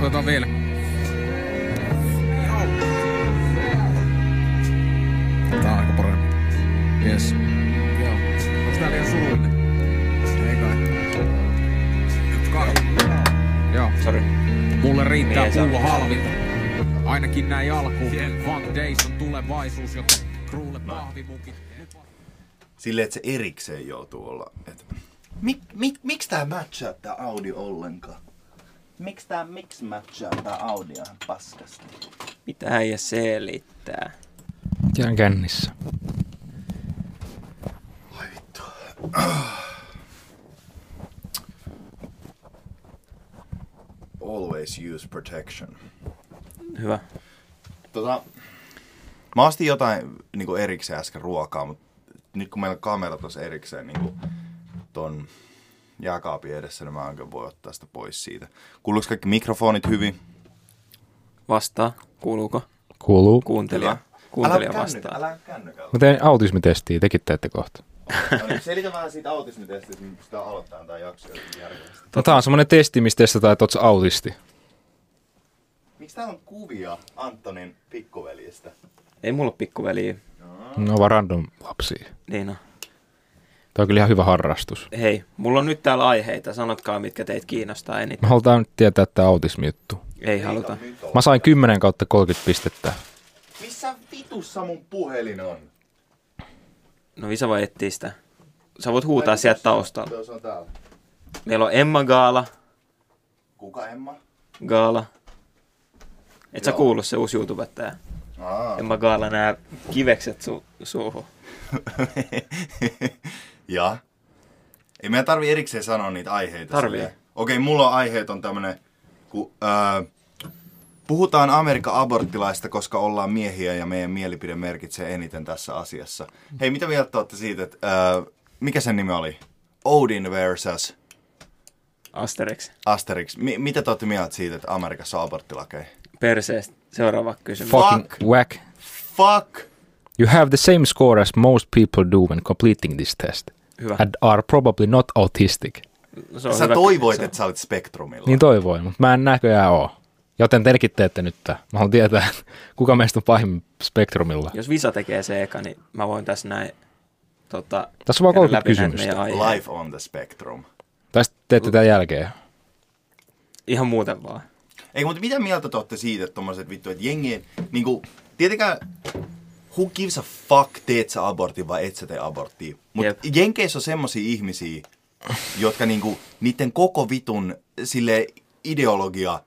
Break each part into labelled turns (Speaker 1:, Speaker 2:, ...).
Speaker 1: Otetaan vielä. Tää on aika parempi. Yes.
Speaker 2: Joo. Onks tää liian surullinen?
Speaker 1: Ei kai.
Speaker 2: Kaksi.
Speaker 1: Joo.
Speaker 3: Sori.
Speaker 1: Mulle riittää
Speaker 3: Mies on.
Speaker 1: pullo halvinta. Ainakin näin alkuun. Funk Days on tulevaisuus, joten kruulle pahvimukit.
Speaker 4: Silleen, että se erikseen joutuu olla. Et... Mik, mik, miksi tää matchaa tää Audi ollenkaan? Miksi tää miksi matchaa tää Audi ihan paskasti?
Speaker 3: Mitä äijä selittää?
Speaker 5: Ihan kännissä.
Speaker 4: Ai vittu. Always use protection.
Speaker 3: Hyvä.
Speaker 4: Tota, mä ostin jotain niin kuin erikseen äsken ruokaa, mutta nyt kun meillä on kamera tuossa erikseen niin kuin ton jääkaapin edessä, niin mä enkä voi ottaa sitä pois siitä. Kuuluuko kaikki mikrofonit hyvin?
Speaker 3: Vastaa. Kuuluuko?
Speaker 5: Kuuluu.
Speaker 3: Kuuntelija.
Speaker 4: Hyvä.
Speaker 3: Kuuntelija
Speaker 4: älä
Speaker 3: vastaa.
Speaker 4: Älä kännykällä.
Speaker 5: Mä tein autismitestiä, tekin teette kohta.
Speaker 4: No niin, Selitä vähän siitä autismitestistä, niin sitä aloittaa tämä jakso jotenkin järkevästi.
Speaker 5: No tää on semmonen testi, missä testataan, että oot sä autisti.
Speaker 4: Miksi täällä on kuvia Antonin pikkuveljistä?
Speaker 3: Ei mulla ole pikkuveliä.
Speaker 5: No vaan random lapsia.
Speaker 3: Niina.
Speaker 5: Tää on kyllä ihan hyvä harrastus.
Speaker 3: Hei, mulla on nyt täällä aiheita. Sanotkaa, mitkä teitä kiinnostaa eniten.
Speaker 5: Me halutaan nyt tietää tämä autismi-juttu.
Speaker 3: Ei haluta.
Speaker 4: Nyt on.
Speaker 5: Mä sain 10 kautta 30 pistettä.
Speaker 4: Missä vitussa mun puhelin on?
Speaker 3: No Visa voi etsiä sitä. Sä voit huutaa sieltä taustalla.
Speaker 4: Tuossa on täällä.
Speaker 3: Meillä on Emma Gaala.
Speaker 4: Kuka Emma?
Speaker 3: Gaala. Et sä
Speaker 4: Joo.
Speaker 3: kuullut se uusi YouTubettaja.
Speaker 4: Aa.
Speaker 3: Emma Gaala nää kivekset su- suuhun.
Speaker 4: ja? Ei meidän tarvi erikseen sanoa niitä aiheita.
Speaker 3: Tarvii.
Speaker 4: silleen. Okei, mulla on aiheet on tämmönen, ku, öö, puhutaan Amerikan aborttilaista, koska ollaan miehiä ja meidän mielipide merkitsee eniten tässä asiassa. Hei, mitä mieltä olette siitä, että öö, mikä sen nimi oli? Odin versus
Speaker 3: Asterix.
Speaker 4: Asterix. Mi- mitä te olette mieltä siitä, että Amerikassa on aborttilakeja?
Speaker 3: Perseestä. Seuraava kysymys.
Speaker 5: Fucking
Speaker 4: Fuck.
Speaker 5: whack.
Speaker 4: Fuck!
Speaker 5: You have the same score as most people do when completing this test.
Speaker 3: Hyvä.
Speaker 5: And are probably not autistic.
Speaker 3: No Se on
Speaker 4: Sä
Speaker 3: hyvä
Speaker 4: toivoit,
Speaker 3: kysymys.
Speaker 4: että sä olit spektrumilla.
Speaker 5: Niin toivoin, mutta mä en näköjään oo. Joten tekin teette nyt tää. Mä haluan tietää, kuka meistä on pahimmin spektrumilla.
Speaker 3: Jos Visa tekee se eka, niin mä voin tässä näin... Tota,
Speaker 5: Tässä on vaan
Speaker 3: käydä läpi
Speaker 5: 30
Speaker 3: näitä
Speaker 5: kysymystä.
Speaker 3: meidän aiheita.
Speaker 4: Life on the spectrum.
Speaker 5: Tai sitten teette tämän jälkeen.
Speaker 3: Ihan muuten vaan.
Speaker 4: Ei, mutta mitä mieltä te olette siitä, että tommoset vittu, että jengien, niinku, tietenkään, who gives a fuck, teet sä abortin vai et sä tee aborttia. Mutta
Speaker 3: Jep.
Speaker 4: jenkeissä on semmosia ihmisiä, jotka niinku, niiden koko vitun sille ideologia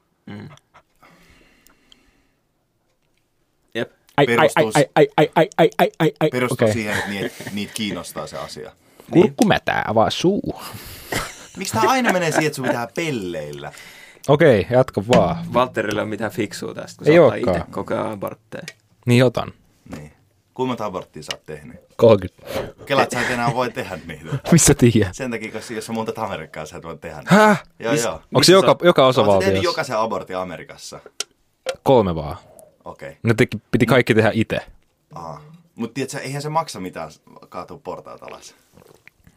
Speaker 3: Jep.
Speaker 5: Ai, ai, ai,
Speaker 4: Perustus.
Speaker 5: ai, ai, ai, ai, ai, ai, ai, ai.
Speaker 4: perustuu
Speaker 5: Okei.
Speaker 4: okay. siihen, että niitä, niitä kiinnostaa se asia.
Speaker 5: Kurkku mätää, avaa suu.
Speaker 4: Miksi tää aina menee siihen, että sun pitää pelleillä?
Speaker 5: Okei, jatka vaan.
Speaker 3: Valtterilla on mitään fiksua tästä, kun
Speaker 5: Ei
Speaker 3: se ottaa itse
Speaker 5: olekaan.
Speaker 3: koko ajan abortteja.
Speaker 5: Niin otan.
Speaker 4: Niin. Kuinka monta aborttia sä oot tehnyt?
Speaker 5: 30.
Speaker 4: Kelaat sä et enää voi tehdä niitä.
Speaker 5: Missä tiedät?
Speaker 4: Sen takia, koska jos sä muutat Amerikkaan, sä et voi tehdä niitä.
Speaker 5: Häh?
Speaker 4: Joo, joo.
Speaker 5: Onko
Speaker 3: Missä
Speaker 5: se joka,
Speaker 3: sä-
Speaker 5: joka
Speaker 4: Oot sä tehnyt
Speaker 5: osavaltiossa?
Speaker 4: jokaisen abortin Amerikassa?
Speaker 5: Kolme vaan.
Speaker 4: Okei.
Speaker 5: Ne teki, piti kaikki tehdä itse.
Speaker 4: Aa. Mut tiedätkö, eihän se maksa mitään s- kaatua portaat alas.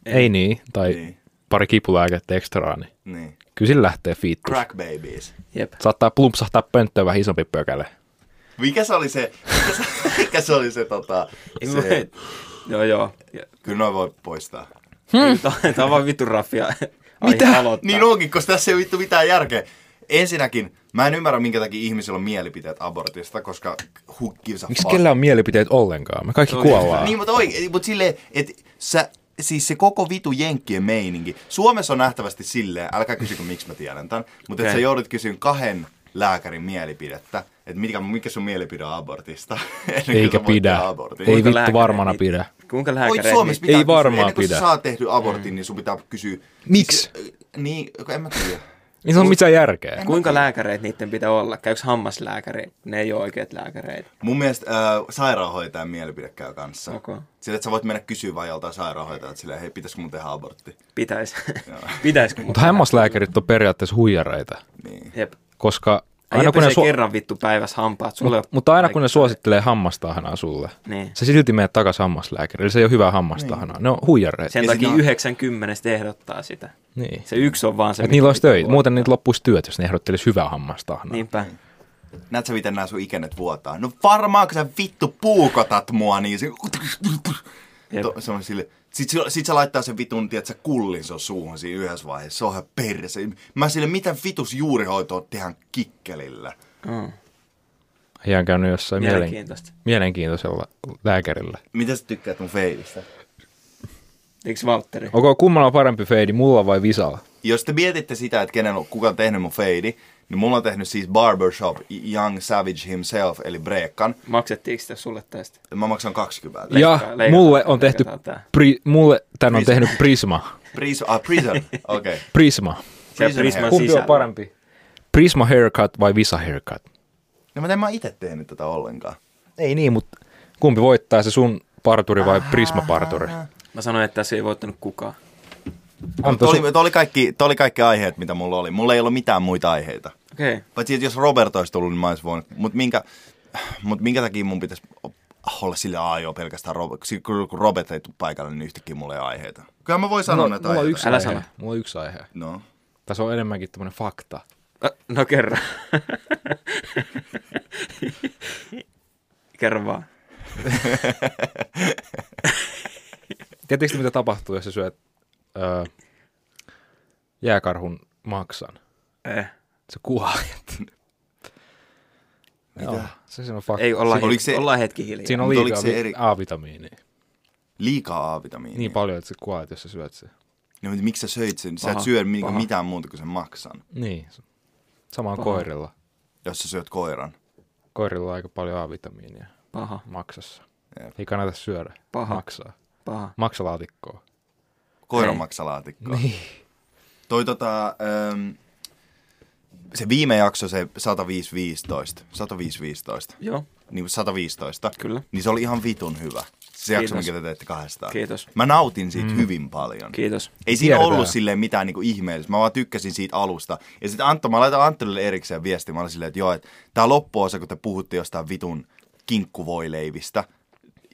Speaker 3: Ei.
Speaker 5: Ei, Ei niin, tai
Speaker 4: Niin.
Speaker 5: niin. pari kipulääkettä ekstraa, niin
Speaker 4: Niin.
Speaker 5: kyllä sillä lähtee fiittus.
Speaker 4: Crack babies.
Speaker 3: Jep.
Speaker 5: Saattaa plumpsahtaa pönttöön vähän isompi pökäle.
Speaker 4: Mikä se oli se, mikä se, mikä se oli se tota,
Speaker 3: Ei
Speaker 4: se,
Speaker 3: voi. Joo, joo. Ja-
Speaker 4: kyllä noin voi poistaa.
Speaker 3: Ei, tää- Tää on vaan vittu raffia.
Speaker 5: Hmm. Mitä?
Speaker 3: Aloittaa.
Speaker 4: Niin onkin, koska tässä ei ole vittu mitään järkeä. Ensinnäkin, mä en ymmärrä, minkä takia ihmisillä on mielipiteet abortista, koska who gives a
Speaker 5: Miksi
Speaker 4: fuck.
Speaker 5: kellään on mielipiteet ollenkaan? Me kaikki
Speaker 3: Toi-
Speaker 5: kuollaan.
Speaker 4: Niin, mutta oikein, mutta silleen, että sä, siis se koko vitu jenkkien meininki. Suomessa on nähtävästi silleen, älkää kysykö miksi mä tiedän tämän, mutta okay.
Speaker 3: Okei.
Speaker 4: sä joudut kysyyn kahden lääkärin mielipidettä, että mikä, mikä sun mielipide on abortista. ennen kuin
Speaker 5: Eikä
Speaker 4: sä voit
Speaker 5: pidä.
Speaker 4: tehdä abortin.
Speaker 5: Ei
Speaker 3: Kuinka
Speaker 5: vittu
Speaker 3: lääkäreitä
Speaker 5: varmana
Speaker 3: niitä-
Speaker 5: pidä.
Speaker 3: Kuinka
Speaker 4: Voit
Speaker 3: lääkäreitä?
Speaker 4: Suomessa
Speaker 3: niin- Suomessa
Speaker 4: pitää
Speaker 5: Ei
Speaker 4: kysyä,
Speaker 5: varmaan
Speaker 4: ennen kuin sä
Speaker 5: pidä. Mm.
Speaker 4: saat tehty abortin, niin sun pitää kysyä.
Speaker 5: Miksi?
Speaker 4: Niin, kun en mä tiedä.
Speaker 5: Ei se ole mitään järkeä.
Speaker 3: Kuinka lääkäreitä niiden pitää olla? Käykö hammaslääkäri? Ne ei ole oikeat lääkäreitä.
Speaker 4: Mun mielestä äh, sairaanhoitajan mielipide käy kanssa.
Speaker 3: Okei.
Speaker 4: Sillä, että sä voit mennä kysyä vaan joltain sairaanhoitajalta silleen, hei, pitäisikö mun tehdä abortti?
Speaker 3: Pitäis. Pitäisikö?
Speaker 5: Mutta hämmäslääkärit on periaatteessa huijareita,
Speaker 4: Niin.
Speaker 3: Jep.
Speaker 5: koska
Speaker 3: Aina kun ne
Speaker 5: suo-
Speaker 3: kerran vittu päivässä hampaat. Sulle
Speaker 5: Mut, mutta aina kun ne suosittelee hammastahanaa sulle,
Speaker 3: Niin.
Speaker 5: se silti menee takaisin hammaslääkärille. Se ei ole hyvä hammastahanaa. Ne on huijareita.
Speaker 3: Sen
Speaker 4: Ja
Speaker 3: takia
Speaker 4: siinä on-
Speaker 3: 90 ehdottaa sitä.
Speaker 5: Niin.
Speaker 3: Se yksi on vaan se.
Speaker 5: Et
Speaker 3: mikä
Speaker 5: niillä olisi
Speaker 3: niinku
Speaker 5: töitä.
Speaker 3: voi.
Speaker 5: Muuten niitä loppuisi työt, jos ne ehdottelisi hyvää hammastahanaa.
Speaker 3: Niinpä.
Speaker 4: Mm. Näet sä, miten nämä sun ikänet vuotaa? No varmaan, kun sä vittu puukotat mua, niin se...
Speaker 3: Jep.
Speaker 4: To, se on sille. Sit, se- sit, se laittaa sen vitun, tiedät sä, kullin sun suuhun siinä yhdessä vaiheessa. Se on ihan perse. Mä sille, mitä vitus juurihoitoa tehdään kikkelillä?
Speaker 3: Mm.
Speaker 5: Ihan käynyt jossain mielen,
Speaker 3: Mielenkiintoista.
Speaker 5: mielenkiintoisella lääkärillä.
Speaker 4: Mitä sä tykkäät mun feidistä?
Speaker 3: Eikö Valtteri?
Speaker 5: Onko kummalla on parempi feidi, mulla vai visalla?
Speaker 4: Jos te mietitte sitä, että kenen, on- kuka on tehnyt mun feidi, niin mulla on tehnyt siis Barbershop Young Savage himself, eli Breekan.
Speaker 3: Maksettiinko sitä sulle tästä?
Speaker 4: Mä maksan 20.
Speaker 5: Ja
Speaker 3: leikataan,
Speaker 5: mulle on tehty,
Speaker 3: leikataan tää.
Speaker 5: pri, mulle tämän on
Speaker 4: Prisma.
Speaker 5: tehnyt Prisma.
Speaker 4: Pris, ah, Prison, okei. Okay.
Speaker 5: Prisma.
Speaker 3: Siellä
Speaker 4: Prison
Speaker 3: Prisman
Speaker 4: hair.
Speaker 5: Kumpi
Speaker 3: No sisällä.
Speaker 5: on parempi? Prisma haircut vai Visa haircut?
Speaker 4: No mä en mä oon itse tehnyt tätä ollenkaan.
Speaker 5: Ei niin, mutta kumpi voittaa se sun parturi vai Prisma parturi?
Speaker 3: Mä sanoin, että tässä ei voittanut kukaan.
Speaker 5: Anto
Speaker 4: Tuo
Speaker 5: sun,
Speaker 4: oli, toi oli, kaikki, toi oli kaikki aiheet, mitä mulla oli. Mulla ei ollut mitään muita aiheita.
Speaker 3: Okei. Okay.
Speaker 4: Paitsi, että jos Robert olisi tullut, niin mä olisin voinut. Mutta minkä, mut minkä takia mun pitäisi olla sille aajo pelkästään Robert. Kun Robert ei tule paikalle, niin yhtäkkiä mulla ei ole aiheita. Kyllä mä voin sanoa
Speaker 5: mulla,
Speaker 4: näitä
Speaker 5: mulla on
Speaker 4: aiheita.
Speaker 5: yksi
Speaker 3: Älä
Speaker 5: Älä aihe.
Speaker 3: sano.
Speaker 5: Mulla on yksi aihe.
Speaker 4: No.
Speaker 5: Tässä on enemmänkin tämmönen fakta.
Speaker 3: No, no kerro. kerro vaan.
Speaker 5: Tiedättekö te, mitä tapahtuu, jos sä syöt öö, jääkarhun maksan?
Speaker 3: Eh.
Speaker 5: Se kuolet. Joo, se siinä on fakta.
Speaker 3: Ei, olla,
Speaker 4: Oliko
Speaker 3: hetki,
Speaker 4: se-
Speaker 3: ollaan hetki hiljaa.
Speaker 5: Siinä on
Speaker 4: Mutta
Speaker 5: liikaa
Speaker 4: oliko se
Speaker 5: vi-
Speaker 4: eri-
Speaker 5: A-vitamiinia.
Speaker 4: Liikaa A-vitamiinia.
Speaker 5: Niin paljon, että sä kuolet, jos sä syöt sen.
Speaker 4: No, mutta miksi sä söit sen? Sä
Speaker 3: Paha,
Speaker 4: et syö niinku
Speaker 3: paha.
Speaker 4: mitään muuta kuin sen maksan,
Speaker 5: Niin. Sama on koirilla.
Speaker 4: jos sä syöt koiran.
Speaker 5: Koirilla on aika paljon A-vitamiinia
Speaker 3: Paha,
Speaker 5: maksassa.
Speaker 4: Jep.
Speaker 5: Ei kannata syödä.
Speaker 3: Paha.
Speaker 5: Maksaa.
Speaker 3: paha.
Speaker 5: Maksalaatikkoa.
Speaker 4: Koiran
Speaker 3: Ei.
Speaker 4: maksalaatikkoa. Niin. Toi tota, ähm, se viime jakso, se 105.15, 105.15,
Speaker 3: Joo,
Speaker 4: niin kuin 115,
Speaker 3: Kyllä.
Speaker 4: niin se oli ihan vitun hyvä. Se jakso,
Speaker 3: Kiitos.
Speaker 4: minkä te teitte kahdestaan.
Speaker 3: Kiitos.
Speaker 4: Mä nautin siitä mm. hyvin paljon.
Speaker 3: kiitos.
Speaker 4: Ei siinä
Speaker 5: Tiedetään.
Speaker 4: ollut silleen mitään niinku ihmeellistä. Mä vaan tykkäsin siitä alusta. Ja sitten Antto, mä laitan Anttonille erikseen viesti. Mä olin silleen, että joo, että tää loppuosa, kun te puhutte jostain vitun kinkkuvoileivistä.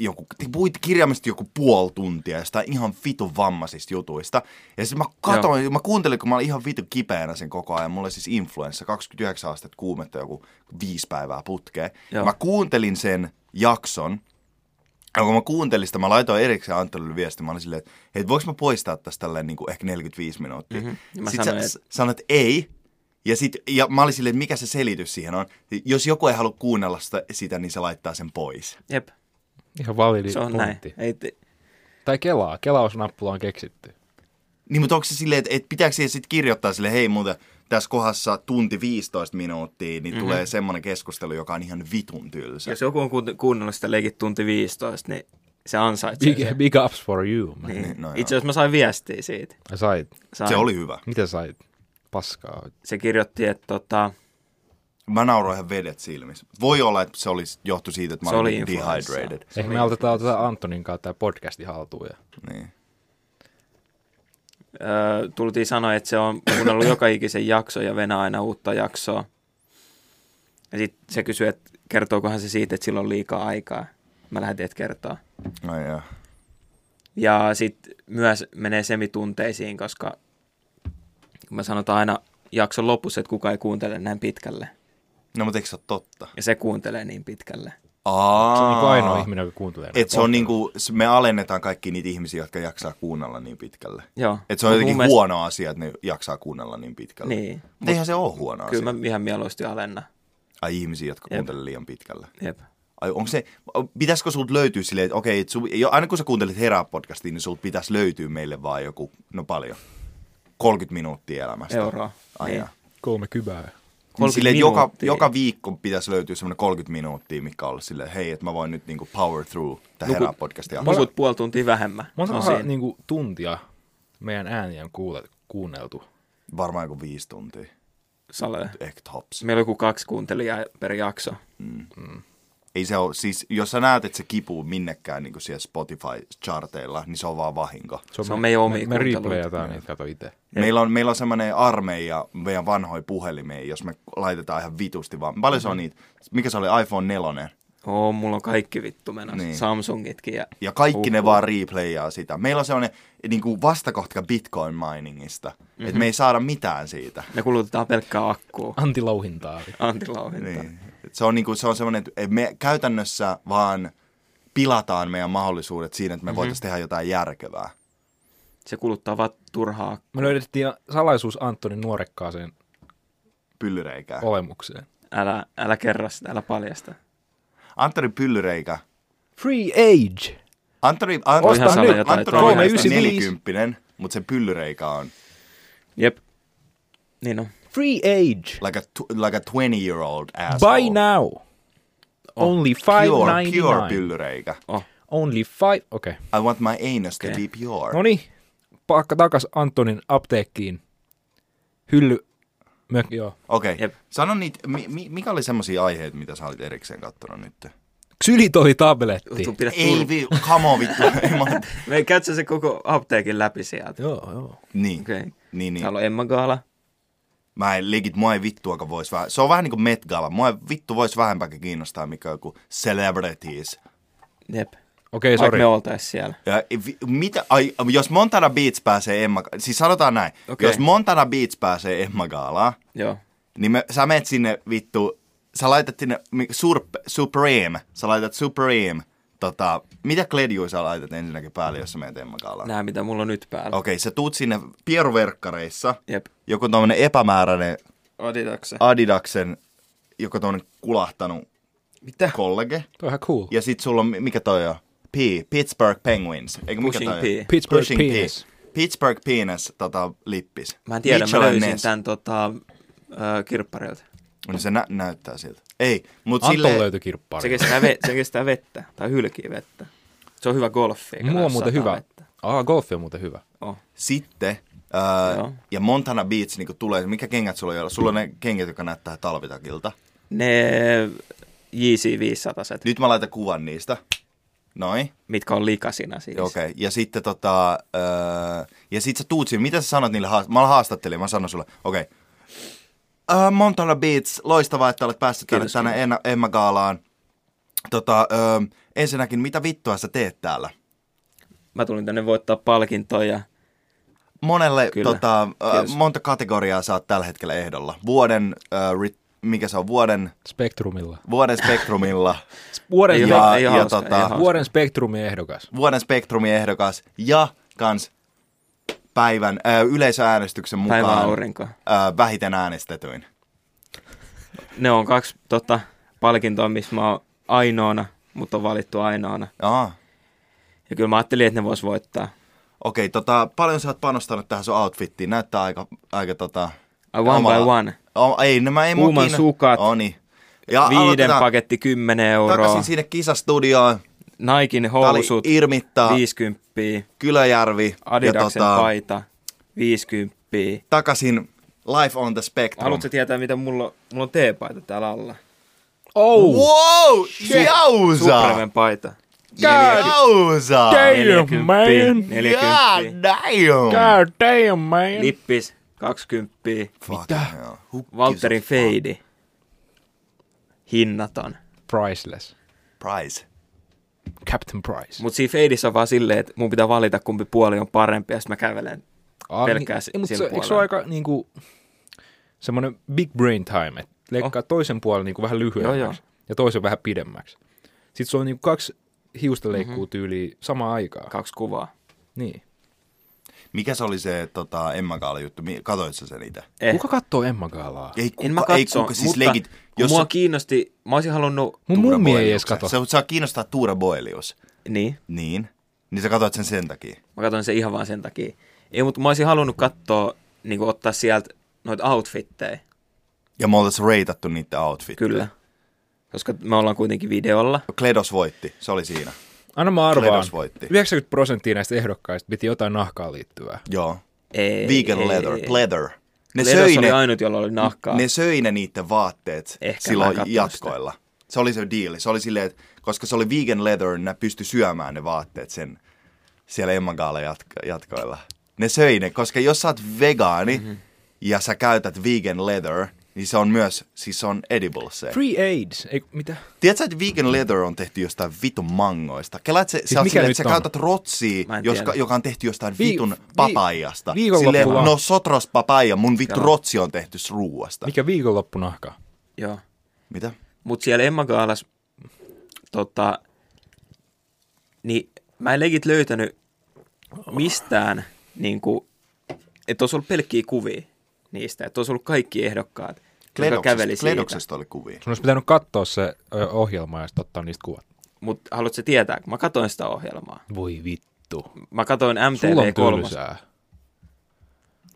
Speaker 4: Joku, te puhuitte kirjaimesti joku puoli tuntia jostain ihan vitun vammaisista jutuista. Ja sitten mä katsoin, joo. mä kuuntelin, kun mä olin ihan vitun kipeänä sen koko ajan. Mulla oli siis influenssa, 29 astetta kuumetta joku viisi päivää putkeen.
Speaker 3: Joo.
Speaker 4: Joo. Mä kuuntelin sen jakson. Ja kun mä kuuntelin sitä, mä laitoin erikseen Antonille viesti, mä olin silleen, että hei, voiko mä poistaa tästä tälleen niin kuin ehkä 45 minuuttia. Mm-hmm.
Speaker 3: Mhm. Ja mä
Speaker 4: Sitten
Speaker 3: sanoin,
Speaker 4: sä
Speaker 3: että-
Speaker 4: s- sanoit, että ei. Ja, sit, ja mä olin silleen, että mikä se selitys siihen on. Jos joku ei halua kuunnella sitä, sitä niin se laittaa sen pois.
Speaker 3: Jep,
Speaker 5: Ihan validi
Speaker 3: se on näin.
Speaker 5: pointti.
Speaker 3: Ei te...
Speaker 5: Tai kelaa. Kelausnappula on keksitty.
Speaker 4: Niin, mutta onko se silleen, että, että pitääkö siihen sitten kirjoittaa sille, hei muuten tässä kohdassa tunti 15 minuuttia, niin mm-hmm. tulee semmoinen keskustelu, joka on ihan vitun tylsä.
Speaker 3: Mhm. Jos joku on kuunte- kuunnellut sitä leikit tunti 15, niin se ansaitsee
Speaker 5: Big,
Speaker 3: sen.
Speaker 5: big ups for you. Mä.
Speaker 3: Niin.
Speaker 4: no
Speaker 3: No,
Speaker 4: joo.
Speaker 3: Itse asiassa mä sain viestiä siitä.
Speaker 5: Sait.
Speaker 3: Sain.
Speaker 4: Se oli hyvä.
Speaker 5: Mitä sait? Paskaa.
Speaker 3: se kirjoitti, että tota,
Speaker 4: Mä nauroin ihan vedet silmissä. Voi olla, että se olisi, johtui siitä, että mä
Speaker 3: Se oli
Speaker 4: olin niinku
Speaker 3: influenssa.
Speaker 4: dehydrated.
Speaker 5: Ehkä
Speaker 3: niin
Speaker 5: me otetaan tätä Antonin kautta tämä podcasti haltuun. Ja...
Speaker 4: Niin.
Speaker 3: öö, tultiin sanoa, että se on kuunnellut joka ikisen jakso ja venää aina uutta jaksoa. Ja sitten se kysyi, että kertookohan se siitä, että sillä on liikaa aikaa. Mä lähetin, että kertoa.
Speaker 4: No joo.
Speaker 3: Ja sitten myös menee semitunteisiin, koska kun mä sanotaan aina jakson lopussa, että kuka ei kuuntele näin pitkälle.
Speaker 4: No mutta eikö se ole totta?
Speaker 3: Ja se kuuntelee niin pitkälle.
Speaker 4: Aa,
Speaker 5: Se on
Speaker 3: niinku
Speaker 5: niin ainoa ihminen, joka kuuntelee.
Speaker 4: Et se on niinku, s- me alennetaan kaikki niitä ihmisiä, jotka jaksaa kuunnella niin pitkälle.
Speaker 3: Joo.
Speaker 4: Et se on
Speaker 3: Mut mun
Speaker 4: jotenkin
Speaker 3: mielestä-
Speaker 4: huono asia, että ne jaksaa kuunnella niin pitkälle.
Speaker 3: Niin.
Speaker 4: Mutta eihän se ole huono asia.
Speaker 3: Kyllä mä ihan mieluusti alenna.
Speaker 4: Ai ihmisiä, jotka
Speaker 3: Jep.
Speaker 4: kuuntelee liian pitkälle.
Speaker 3: Jep.
Speaker 4: Ai onko se, pitäisikö sulta löytyä silleen, että okei, et sun, jo, aina kun sä kuuntelet herää podcastiin, niin sulta pitäisi löytyä meille vaan joku, no paljon, 30 minuuttia elämästä.
Speaker 3: Euroa.
Speaker 4: Ai
Speaker 3: Niin.
Speaker 4: jaa.
Speaker 5: Kolme kybää.
Speaker 4: Niin
Speaker 3: 30
Speaker 4: silleen, joka,
Speaker 3: minuuttia.
Speaker 4: joka viikko pitäisi löytyä semmoinen 30 minuuttia, mikä on ollut silleen, hei, että mä voin nyt niinku power through tämän
Speaker 3: Nuku-
Speaker 4: herää podcastin jakson.
Speaker 3: Nukut puoli tuntia vähemmän.
Speaker 5: Monta
Speaker 3: No siinä.
Speaker 4: niinku-
Speaker 5: niin kuin, tuntia meidän ääniä on kuule, kuunneltu.
Speaker 4: Varmaan joku viisi tuntia.
Speaker 3: Sale.
Speaker 4: Ehkä tops.
Speaker 3: Meillä on joku kaksi kuuntelijaa per jakso.
Speaker 4: Ei se ole, siis jos sä näet, että se kipuu minnekään niin kuin siellä Spotify-charteilla, niin se on vaan vahinko.
Speaker 3: Se on meidän omia
Speaker 5: Me
Speaker 3: kuunteluita.
Speaker 5: replayataan niitä, kato itse.
Speaker 4: Meillä on, meillä on semmoinen armeija, meidän vanhoi puhelimeen, jos me laitetaan ihan vitusti vaan. Paljon se on
Speaker 3: Mm-hmm.
Speaker 4: niitä? Mikä se oli? iPhone 4.
Speaker 3: Oo, mulla on kaikki vittu menossa.
Speaker 4: Niin.
Speaker 3: Niin. Samsungitkin ja...
Speaker 4: Ja kaikki uh-huh. ne vaan replayaa sitä. Meillä on semmoinen niin kuin vastakohta bitcoin miningista, mm-hmm. että me ei saada mitään siitä.
Speaker 3: Me kulutetaan pelkkää akkua.
Speaker 5: Antilouhintaa.
Speaker 3: Antilauhintaa. Niin.
Speaker 4: Niin. Et Se on, niin kuin, se on semmoinen, että me käytännössä vaan pilataan meidän mahdollisuudet siinä,
Speaker 3: Mhm.
Speaker 4: että me mm-hmm. voitaisiin tehdä jotain järkevää.
Speaker 3: Se kuluttaa vaan turhaa akkua.
Speaker 5: Me löydettiin salaisuus Antonin nuorekkaaseen
Speaker 4: Pyllyreikää. Oh.
Speaker 5: olemukseen.
Speaker 3: Älä, älä kerro sitä, älä paljasta.
Speaker 4: Antoni Pyllyreikä.
Speaker 5: Free age.
Speaker 4: Antoni, Antoni,
Speaker 3: Osta
Speaker 4: Antoni,
Speaker 3: nyt.
Speaker 4: Antoni, Antoni on
Speaker 3: Kolme
Speaker 4: meistä
Speaker 5: ysi viisi.
Speaker 4: 40, mutta se pyllyreikä on
Speaker 3: Jep. Niin on.
Speaker 5: Free age.
Speaker 4: like a, tw- like a 20-year-old asshole.
Speaker 5: Buy now.
Speaker 3: Oh,
Speaker 5: Only
Speaker 4: Pure, pure
Speaker 5: 5.99.
Speaker 4: pyllyreikä.
Speaker 5: Only five. Okei. Okay.
Speaker 4: I want my anus to be pure.
Speaker 5: No niin. Pakka takas Antonin apteekkiin. Hylly. Mök, joo.
Speaker 4: Okei. Okay.
Speaker 3: Jep.
Speaker 4: Sano niitä, mi, mi, mikä oli semmoisia aiheita, mitä sä olit erikseen kattonut nyt?
Speaker 5: Ksylitolitabletti.
Speaker 3: Tuu pidä
Speaker 4: Ei,
Speaker 3: Ei,
Speaker 4: vi, come on vittu. Ei mä-
Speaker 3: Me ei käytsä se koko apteekin läpi sieltä.
Speaker 5: Joo, joo.
Speaker 4: niin.
Speaker 3: Okei. Okay.
Speaker 4: Niin, niin.
Speaker 3: Täällä on Emma Gaala.
Speaker 4: Mä en, legit, mua ei vittuakaan vois vähän. Se on vähän niin kuin Met Gala. Mua ei vittu vois vähempääkin kiinnostaa, mikä on joku celebrities.
Speaker 3: Jep.
Speaker 5: Okei,
Speaker 3: Vaikka
Speaker 5: sori.
Speaker 3: me oltais siellä.
Speaker 4: Ja, vi- mitä, ai, jos Montana Beats pääsee Emma, siis sanotaan näin, okay.
Speaker 3: Okei.
Speaker 4: jos Montana Beats pääsee Emma Gaalaan,
Speaker 3: Joo.
Speaker 4: niin me, sä menet sinne vittu, sä laitat sinne mi- surp, Supreme, sä laitat Supreme, tota, mitä kledjua sä laitat ensinnäkin päälle, jos sä menet Emma Gaalaan?
Speaker 3: Nää, mitä mulla on nyt päällä.
Speaker 4: Okei, sä tuut sinne pieruverkkareissa,
Speaker 3: Jep.
Speaker 4: joku tommonen epämääräinen
Speaker 3: Adidakseen.
Speaker 4: Adidaksen, joku tommonen kulahtanut
Speaker 3: Mitä?
Speaker 4: kollege.
Speaker 5: Toi on ihan cool.
Speaker 4: Ja sit sulla on, mi- mikä toi on? P, Pittsburgh Penguins. Eikö mikä
Speaker 3: Pushing
Speaker 4: toi on?
Speaker 3: P.
Speaker 5: Pittsburgh
Speaker 4: Pushing
Speaker 5: Penis.
Speaker 4: P. Pittsburgh Penis tota, lippis.
Speaker 3: Mä en tiedä,
Speaker 4: Mitchell
Speaker 3: mä löysin
Speaker 4: Ness.
Speaker 3: tämän tota, äh, kirpparilta.
Speaker 4: No Se nä- näyttää siltä. Ei, mut
Speaker 5: Anton
Speaker 4: sille...
Speaker 5: löytyi
Speaker 3: Se
Speaker 5: kirppari.
Speaker 3: kestää, ve- se kestää vettä, tai hylkii vettä. Se on hyvä golfi.
Speaker 5: Mulla on muuten hyvä. Aa, golfi on muuten hyvä.
Speaker 3: Oh.
Speaker 4: Sitten, öö,
Speaker 3: Joo.
Speaker 4: ja Montana Beach niinku tulee, mikä kengät sulla on? Sulla on ne kengät, jotka näyttää talvitakilta.
Speaker 3: Ne JC 500 set,
Speaker 4: Nyt mä laitan kuvan niistä. Noin.
Speaker 3: mitkä on likasina siis.
Speaker 4: Okei, okay. ja sitten tota, öö, ja sit sä tuut siinä, mitä sä sanot niille, haast- mä haastattelin, mä sanon sulle, okei. Okay. Uh, Montana Beats, loistavaa, että olet päässyt tänne,
Speaker 3: Kiitos,
Speaker 4: tänne Enna, Emma Gaalaan. Tota, öö, ensinnäkin, mitä vittua sä teet täällä?
Speaker 3: Mä tulin tänne voittaa palkintoja.
Speaker 4: Monelle,
Speaker 3: Kyllä,
Speaker 4: tota, öö,
Speaker 3: kiitos.
Speaker 4: monta kategoriaa sä oot tällä hetkellä ehdolla? Vuoden, öö, rit, mikä se on, vuoden,
Speaker 5: Spektrumilla.
Speaker 4: vuoden spektrumilla,
Speaker 5: Vuoden,
Speaker 3: Ei
Speaker 5: ja,
Speaker 3: ole,
Speaker 4: ja,
Speaker 3: ei
Speaker 4: ja
Speaker 3: ole hauska,
Speaker 4: tota,
Speaker 3: ei ole hauska.
Speaker 5: vuoden spektrumin ehdokas.
Speaker 4: vuoden spektrumin ehdokas ja kans päivän, öö, yleisöäänestyksen mukaan
Speaker 3: Päivän aurinko.
Speaker 4: öö, vähiten äänestetyin.
Speaker 3: Ne on kaksi tota, palkintoa, missä mä oon ainoana, mutta on valittu ainoana.
Speaker 4: Aa.
Speaker 3: Ja kyllä mä ajattelin, että ne vois voittaa.
Speaker 4: Okei, tota, paljon sä oot panostanut tähän sun outfittiin. Näyttää aika, aika tota...
Speaker 3: A one by one.
Speaker 4: O, ei, nämä ei mua
Speaker 3: Kuuman
Speaker 4: kiinno-
Speaker 3: sukat.
Speaker 4: Oni. Ja
Speaker 3: Viiden
Speaker 4: aloitetaan
Speaker 3: paketti 10 euroa.
Speaker 4: Takaisin sinne kisastudioon.
Speaker 3: Naikin
Speaker 4: Tää oli
Speaker 3: housut
Speaker 4: Irmittaa,
Speaker 3: 50.
Speaker 4: Kylöjärvi.
Speaker 3: Adidaksen
Speaker 4: ja tota,
Speaker 3: paita 50.
Speaker 4: takaisin Life on the Spectrum.
Speaker 3: Haluatko tietää, mitä mulla, mulla on teepaita täällä alla?
Speaker 5: Oh,
Speaker 4: Wow! Jausa!
Speaker 3: Supremen paita.
Speaker 4: Jausa!
Speaker 5: damn, man.
Speaker 3: 40.
Speaker 4: damn!
Speaker 5: God damn, man.
Speaker 3: Lippis 20.
Speaker 4: Mitä?
Speaker 3: Walterin feidi. Hinnaton.
Speaker 5: Priceless.
Speaker 4: Price.
Speaker 5: Captain Price.
Speaker 3: Mut siinä feidissä on vaan silleen, että mun pitää valita kumpi puoli on parempi ja sitten mä kävelen.
Speaker 5: Ah,
Speaker 3: pelkkää si-
Speaker 5: ei, mutta
Speaker 3: sillä
Speaker 5: se, eikö se
Speaker 3: puolella.
Speaker 5: ole aika niinku, semmoinen big brain time, että leikkaa oh. toisen puolen niinku vähän lyhyemmäksi
Speaker 3: Joo, joo.
Speaker 5: ja toisen vähän pidemmäksi. Sitten se on niinku kaksi hiusta
Speaker 3: Mhm.
Speaker 5: leikkuu mm-hmm. tyyliä samaan aikaan. Ka-
Speaker 3: Kaksi kuvaa.
Speaker 5: niin.
Speaker 4: Mikä se oli se tota, Emma Kaala juttu? Mi- Katoit sä sen itse?
Speaker 3: Eh.
Speaker 5: Kuka katsoo Emma Gaalaa?
Speaker 4: Ei kuka,
Speaker 3: en mä katso,
Speaker 4: ei kuka, siis
Speaker 3: mutta
Speaker 4: legit,
Speaker 3: jos
Speaker 4: jos
Speaker 3: mua
Speaker 4: sä-
Speaker 3: kiinnosti, mä olisin halunnut,
Speaker 5: Mun
Speaker 4: Tuura
Speaker 5: mummi ei edes
Speaker 4: Boeliuksen.
Speaker 5: katso.
Speaker 4: Se, se kiinnostaa Tuura Boelius.
Speaker 3: niin,
Speaker 4: Niin. Niin sä katsoit sen sen takia.
Speaker 3: mä katson sen ihan vaan sen takia. Ei, mutta mä olisin halunnut katsoa, niin ottaa sieltä noita outfitteja.
Speaker 4: Ja me oltais reitattu niiden outfit.
Speaker 3: Kyllä. Koska me ollaan kuitenkin videolla.
Speaker 4: Kledos voitti, se oli siinä.
Speaker 5: Anna mä arvaan.
Speaker 4: Kledos voitti.
Speaker 5: 90 prosenttia näistä ehdokkaista piti jotain nahkaa liittyvää.
Speaker 4: Joo.
Speaker 3: Ei,
Speaker 4: Vegan
Speaker 3: ei,
Speaker 4: leather,
Speaker 3: ei.
Speaker 4: pleather. Ne
Speaker 3: Ledos
Speaker 4: söi
Speaker 3: oli
Speaker 4: ne,
Speaker 3: ainut, jolla oli nahkaa.
Speaker 4: ne söi ne niitten vaatteet
Speaker 3: Ehkä mä
Speaker 4: silloin
Speaker 3: en katsonut
Speaker 4: jatkoilla. Sitä. Se oli se deal. Se oli silleen, että koska se oli vegan leather, niin ne pysty syömään ne vaatteet sen siellä Emmagaalla jatko- jatkoilla. Ne söi ne, koska jos sä oot vegaani mm-hmm. ja sä käytät vegan leather, niin se on myös, siis se on edible se.
Speaker 5: Free AIDS. Ei, mitä?
Speaker 4: Tiedätkö, että vegan leather on tehty jostain vitun mangoista? Kelaat, se, siis
Speaker 5: mikä
Speaker 4: sä, silleen,
Speaker 5: nyt
Speaker 4: että sä
Speaker 5: on?
Speaker 4: käytät rotsia,
Speaker 3: Mä en
Speaker 4: joska,
Speaker 3: tiedä.
Speaker 4: joka on tehty jostain
Speaker 5: Vi-
Speaker 4: vitun
Speaker 5: vi-
Speaker 4: papaiasta.
Speaker 5: viikonloppuna.
Speaker 4: Silleen, no sotros papaija, mun vittu
Speaker 3: Joo.
Speaker 4: rotsi on tehty ruuasta.
Speaker 5: Mikä viikonloppunahka?
Speaker 3: Joo.
Speaker 4: Mitä?
Speaker 3: Mutta siellä Emma Gaalas, tota, niin mä en legit löytänyt mistään, niin kuin, että olisi ollut pelkkiä kuvia niistä, että olisi ollut kaikki ehdokkaat, jotka käveli
Speaker 4: Kledoksesta,
Speaker 3: siitä.
Speaker 4: Kledoksesta oli kuvia.
Speaker 5: Sun olisi pitänyt katsoa se ö, ohjelma ja sitten ottaa niistä kuvat.
Speaker 3: Mutta haluatko tietää, kun mä katsoin sitä ohjelmaa.
Speaker 5: Voi vittu.
Speaker 3: Mä katsoin
Speaker 5: Sulla on
Speaker 3: MTV3.
Speaker 5: tylsää.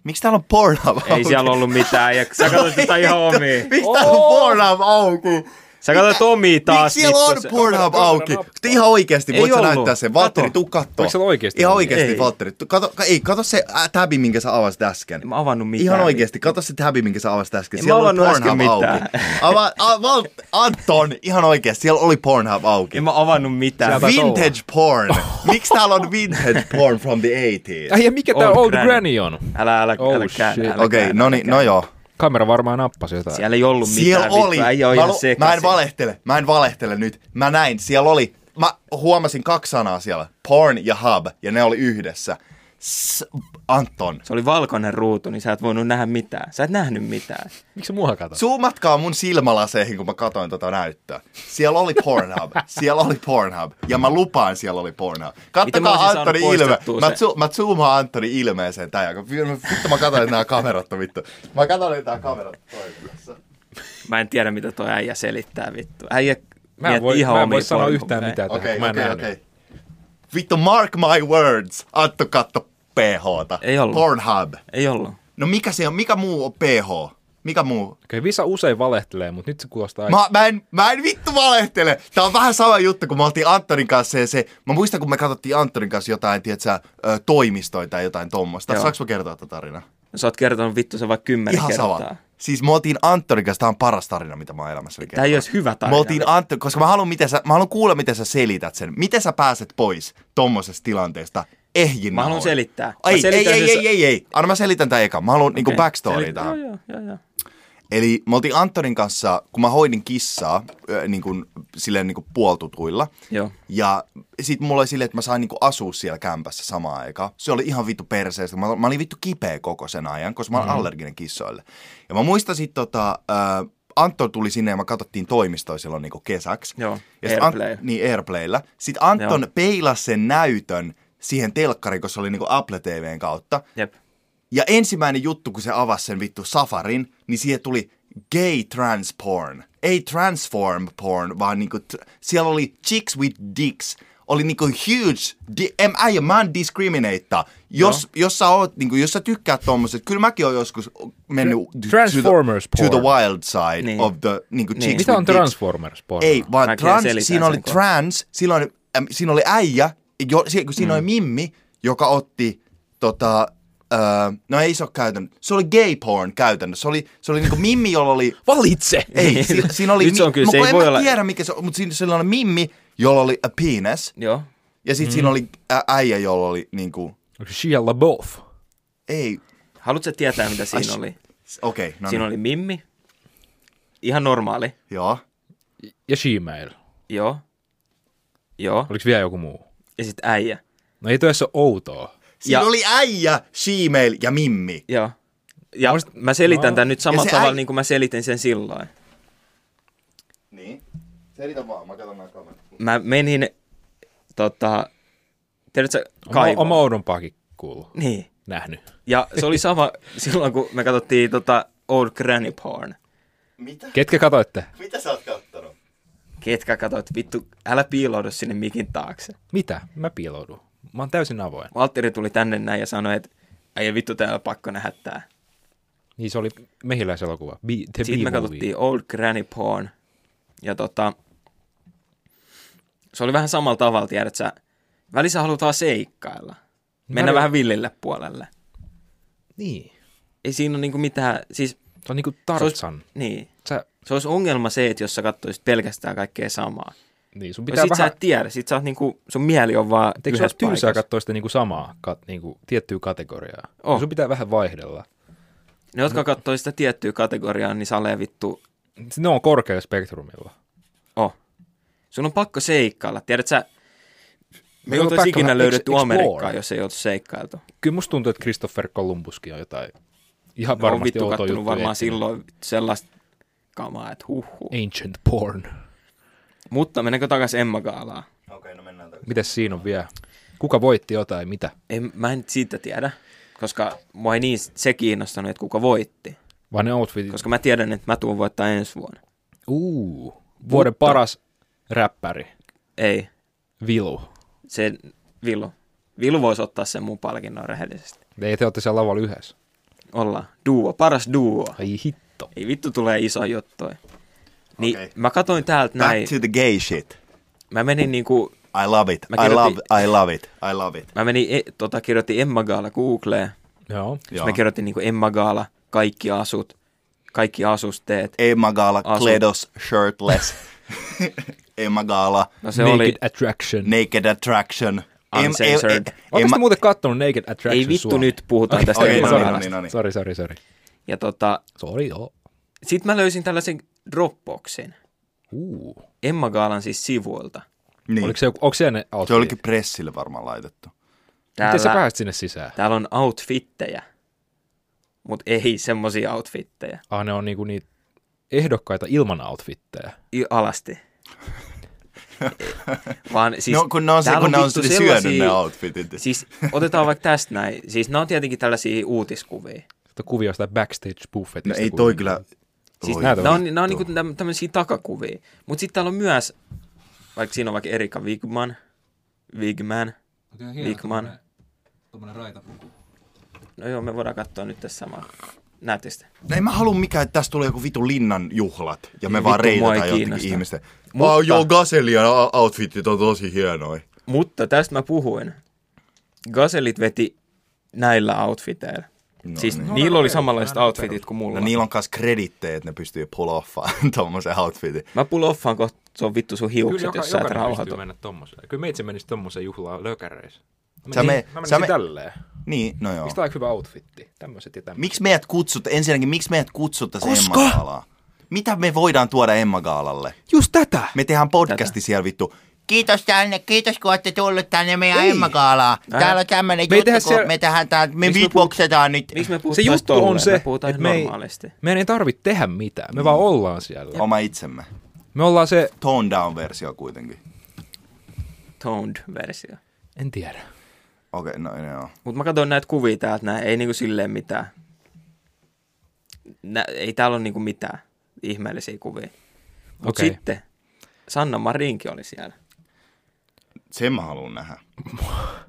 Speaker 4: Miksi täällä on Pornhub
Speaker 3: Ei siellä niin. ollut mitään, ja sä katsoit sitä ihan omiin.
Speaker 4: Miksi täällä on Pornhub auki?
Speaker 3: Sä katsoit omiin taas.
Speaker 4: Miksi siellä on
Speaker 3: vittu.
Speaker 4: Pornhub auki? Sitten ihan oikeesti,
Speaker 3: Ei
Speaker 4: voit sä
Speaker 3: ollut.
Speaker 4: näyttää sen. Valtteri,
Speaker 3: Kato.
Speaker 4: tuu kattoo.
Speaker 5: Oliko siellä oikeesti
Speaker 4: Ihan
Speaker 5: ollut?
Speaker 4: oikeesti,
Speaker 3: Ei.
Speaker 4: Valtteri. Tu- Kato, ka- ei, kato se ä, tabi, minkä sä avasit äsken.
Speaker 3: En mä avannut mitään.
Speaker 4: Ihan oikeesti, kato se tabi, minkä sä avasit äsken.
Speaker 3: En
Speaker 4: Siellä
Speaker 3: mä
Speaker 4: oli
Speaker 3: avannut äsken
Speaker 4: Pornhub auki.
Speaker 3: mitään.
Speaker 4: Ava, a, val, Anton, ihan oikeesti, siellä oli Pornhub auki.
Speaker 3: En mä avannut mitään.
Speaker 5: Sieltä-
Speaker 4: Vintage porn. Miksi täällä on vintage porn from the 80s?
Speaker 5: Ai ja mikä tää
Speaker 3: Old
Speaker 5: Old
Speaker 3: Granny.
Speaker 5: Granny on?
Speaker 3: Älä, älä,
Speaker 5: Oh
Speaker 3: älä,
Speaker 5: shit.
Speaker 3: älä, älä
Speaker 4: Okei,
Speaker 3: käy,
Speaker 4: no
Speaker 3: älä
Speaker 4: niin,
Speaker 3: käy.
Speaker 4: no joo.
Speaker 5: Kamera varmaan nappasi jotain.
Speaker 3: Siellä ei ollut mitään.
Speaker 4: Siellä
Speaker 3: vittua,
Speaker 4: oli.
Speaker 3: Äijä on
Speaker 4: mä,
Speaker 3: ihan
Speaker 4: lu- mä en
Speaker 3: sekaisin.
Speaker 4: valehtele. Mä en valehtele nyt. Mä näin. Siellä oli. Mä huomasin kaksi sanaa siellä. Porn ja hub. Ja ne oli yhdessä. S- Anton.
Speaker 3: Se oli valkoinen ruutu, niin sä et voinut nähdä mitään. Sä et nähnyt mitään.
Speaker 5: Miksi mua katsoit?
Speaker 4: Zoomatkaa mun silmälaseihin, kun mä katoin tota näyttöä. Siellä oli Pornhub. siellä oli Pornhub. Ja mä lupaan, siellä oli Pornhub.
Speaker 3: Miten mä
Speaker 4: Kattokaa
Speaker 3: olisin saanut
Speaker 4: Antoni ilme.
Speaker 3: poistettua
Speaker 4: Mä,
Speaker 3: sen?
Speaker 4: zu- mä zoomaan Antoni ilmeeseen tän jälkeen. Vittu mä katsoin, että nää kamerat on vittu. Mä katsoin, että nää kamerat toimii tässä.
Speaker 3: Mä en tiedä, mitä toi äijä selittää vittu. Äijä
Speaker 5: Mä en
Speaker 3: mietti
Speaker 5: voi,
Speaker 3: ihan
Speaker 5: mä en
Speaker 3: omia
Speaker 5: voi sanoa
Speaker 3: polkuja.
Speaker 5: yhtään mitään tähän,
Speaker 4: Okei,
Speaker 5: kun mä en
Speaker 4: okei,
Speaker 5: nähnyt.
Speaker 4: okei. Vittu, mark my words. Antto katto PHta.
Speaker 3: Ei ollut.
Speaker 4: Pornhub.
Speaker 3: Ei ollut.
Speaker 4: No mikä se on? Mikä muu on PH? Mikä muu?
Speaker 5: Okei, Visa usein valehtelee, mutta nyt se kuulostaa...
Speaker 4: Mä, mä, en, mä en vittu valehtele. Tää on vähän sama juttu, kun me oltiin Antonin kanssa ja se... Mä muistan, kun me katsottiin Antonin kanssa jotain, tietsä, ö, toimistoja tai jotain tommosta.
Speaker 3: Joo.
Speaker 4: Saanko mä kertoa tätä tarinaa?
Speaker 3: Sä oot kertonut vittu se vaikka kymmenen
Speaker 4: Ihan
Speaker 3: kertaa.
Speaker 4: sama. Siis me oltiin Antonin kanssa, tää on paras tarina, mitä mä oon elämässäni
Speaker 3: Tää ei olisi hyvä tarina.
Speaker 4: Me oltiin Antti, koska mä haluan, miten sä, mä haluan kuulla, miten sä selität sen. Miten sä pääset pois tommosesta tilanteesta ehjin
Speaker 3: Mä haluan
Speaker 4: nahoin?
Speaker 3: selittää. Mä
Speaker 4: Ai, ei,
Speaker 3: selitän siis-
Speaker 4: ei,
Speaker 3: sen-
Speaker 4: ei, ei, ei. Anna mä selitän tän eka. Mä haluan niinku backstory tähän.
Speaker 3: Joo, joo, joo, joo.
Speaker 4: Eli me oltiin Antonin kanssa, kun mä hoidin kissaa äh, niin kuin, silleen niin kuin puoltutuilla.
Speaker 3: Joo.
Speaker 4: Ja sit mulla oli silleen, että mä sain niinku asua siellä kämpässä samaan aikaan. Se oli ihan vittu perseestä. Mä, mä olin vittu kipeä koko sen ajan, koska mä olen allerginen kissoille. Ja mä muistan sit tota, äh, Antto tuli sinne ja mä katsottiin toimistoa silloin niinku kesäksi.
Speaker 3: Joo,
Speaker 4: ja sit Ant-
Speaker 3: Airplay.
Speaker 4: niin, Airplaylla. Sitten Anton Joo. peilasi sen näytön siihen telkkariin, kun se oli niinku Apple TVn kautta.
Speaker 3: Jep.
Speaker 4: Ja ensimmäinen juttu, kun se avasi sen vittu safarin, niin siihen tuli gay trans porn. Ei transform porn, vaan niinku, t- siellä oli chicks with dicks. Oli niinku huge, di- em, äijä, mä en discriminata. Jos, no. jos, sä oot, niinku, jos sä tykkäät tommoset, kyllä mäkin oon joskus mennyt
Speaker 5: Transformers
Speaker 4: to the, to the
Speaker 5: porn.
Speaker 4: wild side
Speaker 3: Niin.
Speaker 4: niin. of the niinku,
Speaker 3: Niin.
Speaker 4: chicks
Speaker 5: Mitä
Speaker 4: with
Speaker 5: on
Speaker 4: dicks.
Speaker 5: Transformers? porno?
Speaker 4: Ei, vaan
Speaker 3: Mäkin
Speaker 4: trans,
Speaker 3: selitän
Speaker 4: siinä
Speaker 3: sen
Speaker 4: oli
Speaker 3: kohta.
Speaker 4: trans, siinä oli, äm, siinä oli äijä, jo, si- kun
Speaker 3: Mm.
Speaker 4: siinä oli mimmi, joka otti, tota, öö, no ei se ole käytännön, se oli gay porn käytännössä, se oli, se oli niinku mimmi, jolla oli,
Speaker 5: Valitse!
Speaker 4: ei, si, siinä oli,
Speaker 3: Niin, Nyt se on kyllä,
Speaker 4: mi-
Speaker 3: se
Speaker 4: mä-
Speaker 3: ei
Speaker 4: en
Speaker 3: voi
Speaker 4: mä
Speaker 3: olla-
Speaker 4: tiedä mikä se on, mutta siinä, siinä oli mimmi, jolla oli a penis,
Speaker 3: Joo.
Speaker 4: ja sitten mm. siinä oli ä- äijä, jolla oli niinku,
Speaker 5: Onko Shia LaBeouf?
Speaker 4: ei,
Speaker 3: Haluatko sä tietää, mitä siinä oli?
Speaker 4: s- okei, okay, no
Speaker 3: Siinä
Speaker 4: niin,
Speaker 3: oli Mimmi. Ihan normaali.
Speaker 4: joo,
Speaker 5: Ja Gmail.
Speaker 3: Joo. Joo.
Speaker 5: Oliko vielä joku muu?
Speaker 3: Ja sit äijä.
Speaker 5: No ei toessa outoa.
Speaker 4: siinä
Speaker 3: Ja-
Speaker 4: oli äijä, shemale ja mimmi.
Speaker 3: Joo. Ja mä selitän tämän nyt
Speaker 4: Ja
Speaker 3: samalla
Speaker 4: se
Speaker 3: tavalla,
Speaker 4: äi-
Speaker 3: niin kuin mä selitin sen silloin.
Speaker 4: Niin, selitä vaan, mä katson nää kamerat.
Speaker 3: Mä menin, tota, tiedätkö,
Speaker 5: Kaivo. Oma
Speaker 3: kaivoon.
Speaker 5: oudompaakin kuullut.
Speaker 3: Niin.
Speaker 5: Nähnyt.
Speaker 3: Ja se oli sama silloin, kun me katsottiin tota Old Granny Porn.
Speaker 4: Mitä?
Speaker 5: Ketkä katoitte?
Speaker 4: Mitä sä oot kattonut?
Speaker 3: Ketkä katsoit, vittu, älä piiloudu sinne mikin taakse.
Speaker 5: Mitä? Mä piiloudun. Mä oon täysin avoin.
Speaker 3: Valtteri tuli tänne näin ja sanoi, että ei vittu, täällä on pakko nähdä tää.
Speaker 5: Niin se oli mehiläiselokuva. Be, the
Speaker 3: Sitten me
Speaker 5: B-movie.
Speaker 3: katsottiin Old Granny Porn. Ja tota, se oli vähän samalla tavalla, tiedät sä. Välissä halutaan seikkailla. Mennä
Speaker 5: Väliä-
Speaker 3: vähän villille puolelle.
Speaker 5: Niin.
Speaker 3: Ei siinä ole niinku mitään, siis
Speaker 5: Se on niinku
Speaker 3: Se olisi,
Speaker 5: Tarzan.
Speaker 3: niin.
Speaker 5: Sä,
Speaker 3: se olisi ongelma se, että jos sä katsoisit pelkästään kaikkea samaa.
Speaker 5: niin, sun
Speaker 3: Pitää
Speaker 5: pitää
Speaker 3: No sit vähän... sä
Speaker 5: vähän...
Speaker 3: et tiedä, sit sä oot niinku, sun mieli on vaan
Speaker 5: Eikö se ole
Speaker 3: yhdessä
Speaker 5: tylsää
Speaker 3: paikassa.
Speaker 5: katsoa sitä niinku samaa, kat, niinku, tiettyä kategoriaa?
Speaker 3: On.
Speaker 5: Sun pitää vähän vaihdella.
Speaker 3: Ne, jotka katsoo sitä tiettyä kategoriaa, niin salee vittu,
Speaker 5: Ne on korkealla spektrumilla.
Speaker 3: oh. Sun on pakko seikkailla. Tiedät sä, me ei
Speaker 5: on
Speaker 3: oltaisi
Speaker 5: pakko
Speaker 3: ikinä
Speaker 5: vähän
Speaker 3: löydetty
Speaker 5: ex- explore.
Speaker 3: Amerikkaa, jos ei oltu seikkailtu.
Speaker 5: Kyllä musta tuntuu, että Christopher Columbuskin on jotain ihan
Speaker 3: Varmasti on
Speaker 5: varmasti
Speaker 3: No, vittu
Speaker 5: outoa
Speaker 3: kattonut
Speaker 5: juttuja
Speaker 3: varmaan
Speaker 5: etsinyt.
Speaker 3: silloin sellaista kamaa, että huhhuh.
Speaker 5: Ancient porn.
Speaker 3: Mutta mennäänkö takaisin Emma Gaalaan?
Speaker 4: Okei, okay, no mennään takaisin.
Speaker 5: Mitäs siinä on vielä? Kuka voitti jotain, mitä?
Speaker 3: En, mä en siitä tiedä, koska mua ei niin se kiinnostanut, että kuka voitti.
Speaker 5: Vaan ne outfitit.
Speaker 3: Koska mä tiedän, että mä tuun voittaa ensi vuonna.
Speaker 5: Uu, vuoden paras räppäri,
Speaker 3: Ei,
Speaker 5: Vilu.
Speaker 3: se Vilu. Vilu voisi ottaa sen mun palkinnon rehellisesti.
Speaker 5: Ei te olette siellä lavalla yhdessä.
Speaker 3: Ollaan. Duo, paras duo.
Speaker 5: Ai hitto.
Speaker 3: Ei vittu tulee iso juttu. Niin okay.
Speaker 4: Okei.
Speaker 3: mä katsoin täältä
Speaker 4: Back
Speaker 3: näin.
Speaker 4: to the gay shit.
Speaker 3: Mä menin niinku,
Speaker 4: I love it.
Speaker 3: Mä
Speaker 4: I love,
Speaker 3: kirjoitin-
Speaker 4: I love it. I love it.
Speaker 3: mä menin, e, tota, kirjoitin Emma Gaala Googleen.
Speaker 5: Joo.
Speaker 3: Joo. Mä kirjoitin niinku Emma Gaala, kaikki asut, kaikki asusteet.
Speaker 4: Emma Gala,
Speaker 3: Asu.
Speaker 4: Kledos, Shirtless. Emma Gala,
Speaker 3: No se
Speaker 5: Naked
Speaker 3: oli,
Speaker 5: Attraction.
Speaker 4: Naked Attraction.
Speaker 3: Uncensored.
Speaker 5: Oletko te
Speaker 4: Emma-
Speaker 5: muuten kattonut Naked Attraction
Speaker 3: ei vittu
Speaker 5: Suomi?
Speaker 3: nyt puhutaan tästä
Speaker 4: okei,
Speaker 3: Emma
Speaker 4: no niin,
Speaker 3: Gaalasta.
Speaker 4: no niin.
Speaker 5: Sori, sori, sori.
Speaker 3: Ja tota,
Speaker 5: Sori, joo.
Speaker 3: sit mä löysin tällaisen Dropboxin
Speaker 5: Uu.
Speaker 3: Emma Gaalan siis sivuilta.
Speaker 4: Niin.
Speaker 5: Oliko se joku, onko siellä ne
Speaker 4: Se
Speaker 5: outfitit?
Speaker 4: olikin pressille varmaan laitettu.
Speaker 5: Miten sä
Speaker 3: Täällä,
Speaker 5: pääsit sinne sisään?
Speaker 3: täällä on outfittejä, mutta ei semmosia outfittejä.
Speaker 5: Ah, ne on niinku niitä ehdokkaita ilman outfitteja.
Speaker 3: Y- alasti. Vaan siis
Speaker 4: no, kun ne on, se,
Speaker 3: täällä
Speaker 4: kun ne on
Speaker 3: vittu
Speaker 4: syönyt
Speaker 3: sellaisia-
Speaker 4: ne outfitit.
Speaker 3: Siis otetaan vaikka tästä näin. Siis nämä on tietenkin tällaisia uutiskuvia.
Speaker 5: Sitä kuvia sitä backstage buffetista.
Speaker 4: no, ei
Speaker 5: kun-
Speaker 4: toi kyllä...
Speaker 3: Siis
Speaker 4: Voi
Speaker 5: nää
Speaker 3: nämä on,
Speaker 5: vittu.
Speaker 3: nämä on niinku täm- tämmöisiä takakuvia. Mutta sitten täällä on myös, vaikka siinä on vaikka Erika Wigman, Wigman, Wigman.
Speaker 2: Tuommoinen raitapuku.
Speaker 3: No joo, me voidaan katsoa nyt tässä samaa. Näette sitä.
Speaker 4: No ei mä halua mikään, että tästä tulee joku vitu linnan juhlat ja me
Speaker 3: Ei
Speaker 4: vaan
Speaker 3: vittu, mua ei
Speaker 4: reidataan jotenkin
Speaker 3: kiinnosta.
Speaker 4: ihmisten.
Speaker 3: Mutta-
Speaker 4: Mutta... Oh, joo, Gaselian o- outfitit on tosi hienoja.
Speaker 3: Mutta tästä mä puhuin. Gaselit veti näillä outfiteillä. No, siis niin. niillä oli samanlaiset outfitit kuin mulla.
Speaker 4: No
Speaker 5: niin.
Speaker 4: niillä on myös kredittejä, että ne pystyy pull offaan tommosen outfitin.
Speaker 3: Mä pulloffaan kohta, se on vittu sun hiukset,
Speaker 5: Kyllä joka,
Speaker 3: jos sä et
Speaker 5: jokainen pystyy
Speaker 3: rauhoitu.
Speaker 5: mennä tommoseen. Kyllä meitsi menisi tommoseen juhlaan lökäreissä. Mä
Speaker 4: Sä
Speaker 5: menisin-
Speaker 4: me-
Speaker 5: mä
Speaker 4: sä
Speaker 5: menisin
Speaker 4: me-
Speaker 5: tälleen.
Speaker 4: Niin, no joo.
Speaker 5: Miksi tää on hyvä outfitti? Tämmöset ja tämmöset.
Speaker 4: Miksi meidät kutsut, ensinnäkin miksi meidät kutsuttaisiin Emma Gaalaan? Mitä me voidaan tuoda Emma Gaalalle?
Speaker 5: Just tätä!
Speaker 4: Me tehdään podcasti siellä vittu.
Speaker 6: Kiitos tänne, kiitos kun olette tullut tänne meidän Emma Gaalaan. Täällä on tämmönen
Speaker 5: Me ei
Speaker 6: juttu,
Speaker 5: tehdä
Speaker 6: kun
Speaker 5: siellä-
Speaker 6: me tehdään tää, me
Speaker 3: Miksi me
Speaker 6: beatboxetaan nyt.
Speaker 3: Miksi me
Speaker 5: Se
Speaker 3: puhutaan
Speaker 5: juttu
Speaker 3: tolleen?
Speaker 5: on se,
Speaker 3: me puhutaan
Speaker 5: että
Speaker 3: ihan
Speaker 5: me ei,
Speaker 3: normaalisti.
Speaker 5: meidän ei tarvitse tehdä mitään. Me
Speaker 3: Mm.
Speaker 5: vaan ollaan siellä.
Speaker 4: Oma itsemme.
Speaker 5: Me ollaan se,
Speaker 4: Tone down versio kuitenkin.
Speaker 3: Toned-versio.
Speaker 5: en tiedä.
Speaker 4: Okei, okay, no joo.
Speaker 3: Mutta mä katsoin näitä kuvia täältä, näin. ei niinku silleen mitään. Nä, ei täällä ole niinku mitään ihmeellisiä kuvia. Mutta
Speaker 5: Okei.
Speaker 3: okay. sitten Sanna Marinkin oli siellä.
Speaker 4: Sen mä haluan nähdä.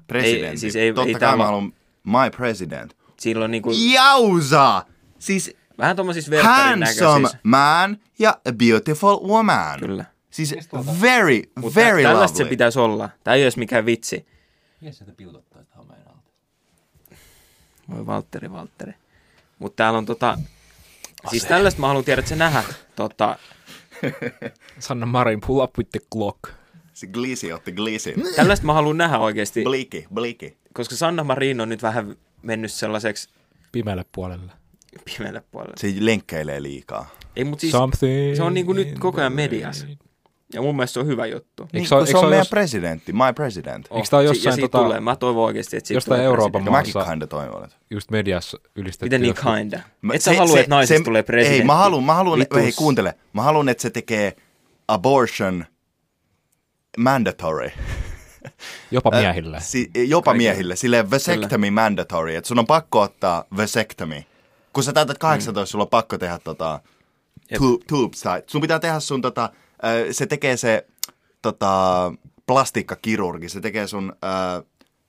Speaker 4: Presidentti. Ei,
Speaker 3: Ei, siis
Speaker 4: siis
Speaker 3: ei-
Speaker 4: Totta
Speaker 3: ei
Speaker 4: kai
Speaker 3: täällä-
Speaker 4: mä haluan my president.
Speaker 3: Sillä on niinku,
Speaker 4: Jausa! Siis
Speaker 3: vähän tommosis verkkarin
Speaker 4: handsome
Speaker 3: näköisiä.
Speaker 4: man ja a beautiful woman.
Speaker 3: Kyllä.
Speaker 4: Siis very,
Speaker 3: Mut tä-
Speaker 4: very
Speaker 3: Tällaista
Speaker 4: lovely.
Speaker 3: se pitäisi olla. Tämä ei ole edes mikään vitsi.
Speaker 2: Mies sieltä piilottaa sitä hameen alta.
Speaker 3: Voi Valtteri, Valtteri. Mutta täällä on tota... Siis tällaista mä haluan tiedä, että se nähdä. Tota,
Speaker 5: Sanna Marin, pull up with the clock.
Speaker 4: Se glisi otti glisi.
Speaker 3: tällaista mä haluan nähdä oikeasti,
Speaker 4: Bliki, bliki.
Speaker 3: koska Sanna Marin on nyt vähän mennyt sellaiseksi
Speaker 5: Pimeälle puolelle.
Speaker 3: pimeälle puolelle.
Speaker 4: Se lenkkeilee liikaa.
Speaker 3: Ei, mut siis
Speaker 5: Something
Speaker 3: se on niinku nyt koko ajan mediassa. Ja mun mielestä se on hyvä juttu.
Speaker 4: Niin,
Speaker 5: se
Speaker 4: se
Speaker 5: ole-
Speaker 4: on,
Speaker 5: eikö
Speaker 4: se
Speaker 5: se
Speaker 4: on
Speaker 5: ole
Speaker 4: meidän
Speaker 5: jos-
Speaker 4: presidentti, my president.
Speaker 5: Eikö tää ole
Speaker 3: Si-
Speaker 5: jossain
Speaker 3: ja siitä
Speaker 5: tota-
Speaker 3: tulee. Mä toivon oikeasti, että siitä
Speaker 5: jostain
Speaker 3: tulee
Speaker 5: Euroopan
Speaker 3: presidentti.
Speaker 5: maa-
Speaker 4: Mäkin
Speaker 5: Maassa-
Speaker 4: kinda toivon, että...
Speaker 5: Just mediassa ylistetty.
Speaker 3: Miten niin
Speaker 5: joskus.
Speaker 3: kinda?
Speaker 4: Mä-
Speaker 3: Et sä halua, että naisesta tulee presidentti.
Speaker 4: Ei, mä haluan, mä haluan,
Speaker 3: Vitus.
Speaker 4: ei kuuntele. Mä haluan, että se tekee abortion mandatory.
Speaker 5: Jopa miehillä.
Speaker 4: Si- jopa miehille. Silleen vasectomy mandatory. Että sun on pakko ottaa vasectomy. Kun sä täytät 18, sulla on pakko tehdä tota... tu- Tube side. Sun pitää tehdä sun tota... äh, se tekee se tota, plastiikkakirurgi. Se tekee sun... Äh,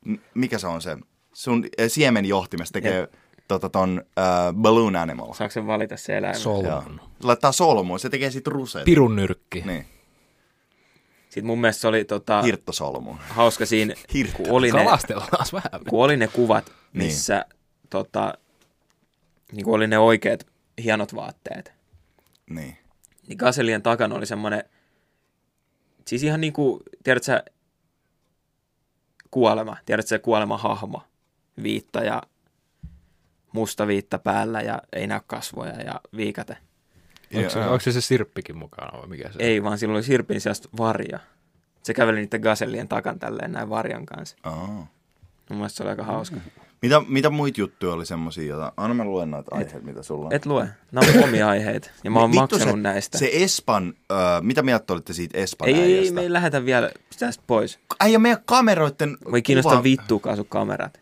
Speaker 4: m- mikä se on se? Sun äh, siemenjohtimesta tekee tota ton äh, balloon animal.
Speaker 3: Saanko sen valita se eläin?
Speaker 4: Joo.
Speaker 5: Solmun.
Speaker 4: Laittaa solmuun, se tekee sit ruseet.
Speaker 5: Pirun nyrkki.
Speaker 4: niin,
Speaker 3: Sitten mun mielestä se oli tota,
Speaker 4: hirttosolmuun.
Speaker 3: hauska siinä,
Speaker 4: Hirttä.
Speaker 3: kun oli ne,
Speaker 5: Kalastellaan vähän.
Speaker 3: kun oli ne kuvat,
Speaker 4: Niin.
Speaker 3: missä niin. Tota, niin kun oli ne oikeat hienot vaatteet.
Speaker 4: Niin.
Speaker 3: Niin kaselien takana oli semmoinen, siis ihan niin kuin, tiedätkö sä, kuolema, tiedätkö sä, kuolemahahmo, viitta ja musta viitta päällä ja ei näy kasvoja ja viikate.
Speaker 5: Onko se,
Speaker 4: Ja-
Speaker 5: onko se, se sirppikin mukana vai mikä se on?
Speaker 3: Ei, vaan silloin oli sirpin sijasta varja. Se käveli niiden gasellien takan tälleen näin varjan kanssa.
Speaker 4: Aa.
Speaker 3: Mun mielestä se oli aika hauska.
Speaker 4: Mm-hmm. Mitä, mitä muita juttuja oli semmosia, joita... Anna mä luen näitä aiheita, mitä sulla on.
Speaker 3: Et lue. Nämä on mun omia aiheita. Ja mä oon
Speaker 4: Vittu
Speaker 3: maksanut
Speaker 4: se,
Speaker 3: näistä.
Speaker 4: Se Espan, öö, mitä mieltä olitte siitä Espan
Speaker 3: ei, ei, ei,
Speaker 4: äijästä?
Speaker 3: me ei lähetä vielä. Pitää sit pois.
Speaker 4: Äijä meidän kameroitten
Speaker 3: Voi ei kiinnosta
Speaker 4: kuva-
Speaker 3: vittuukaan sun kamerat.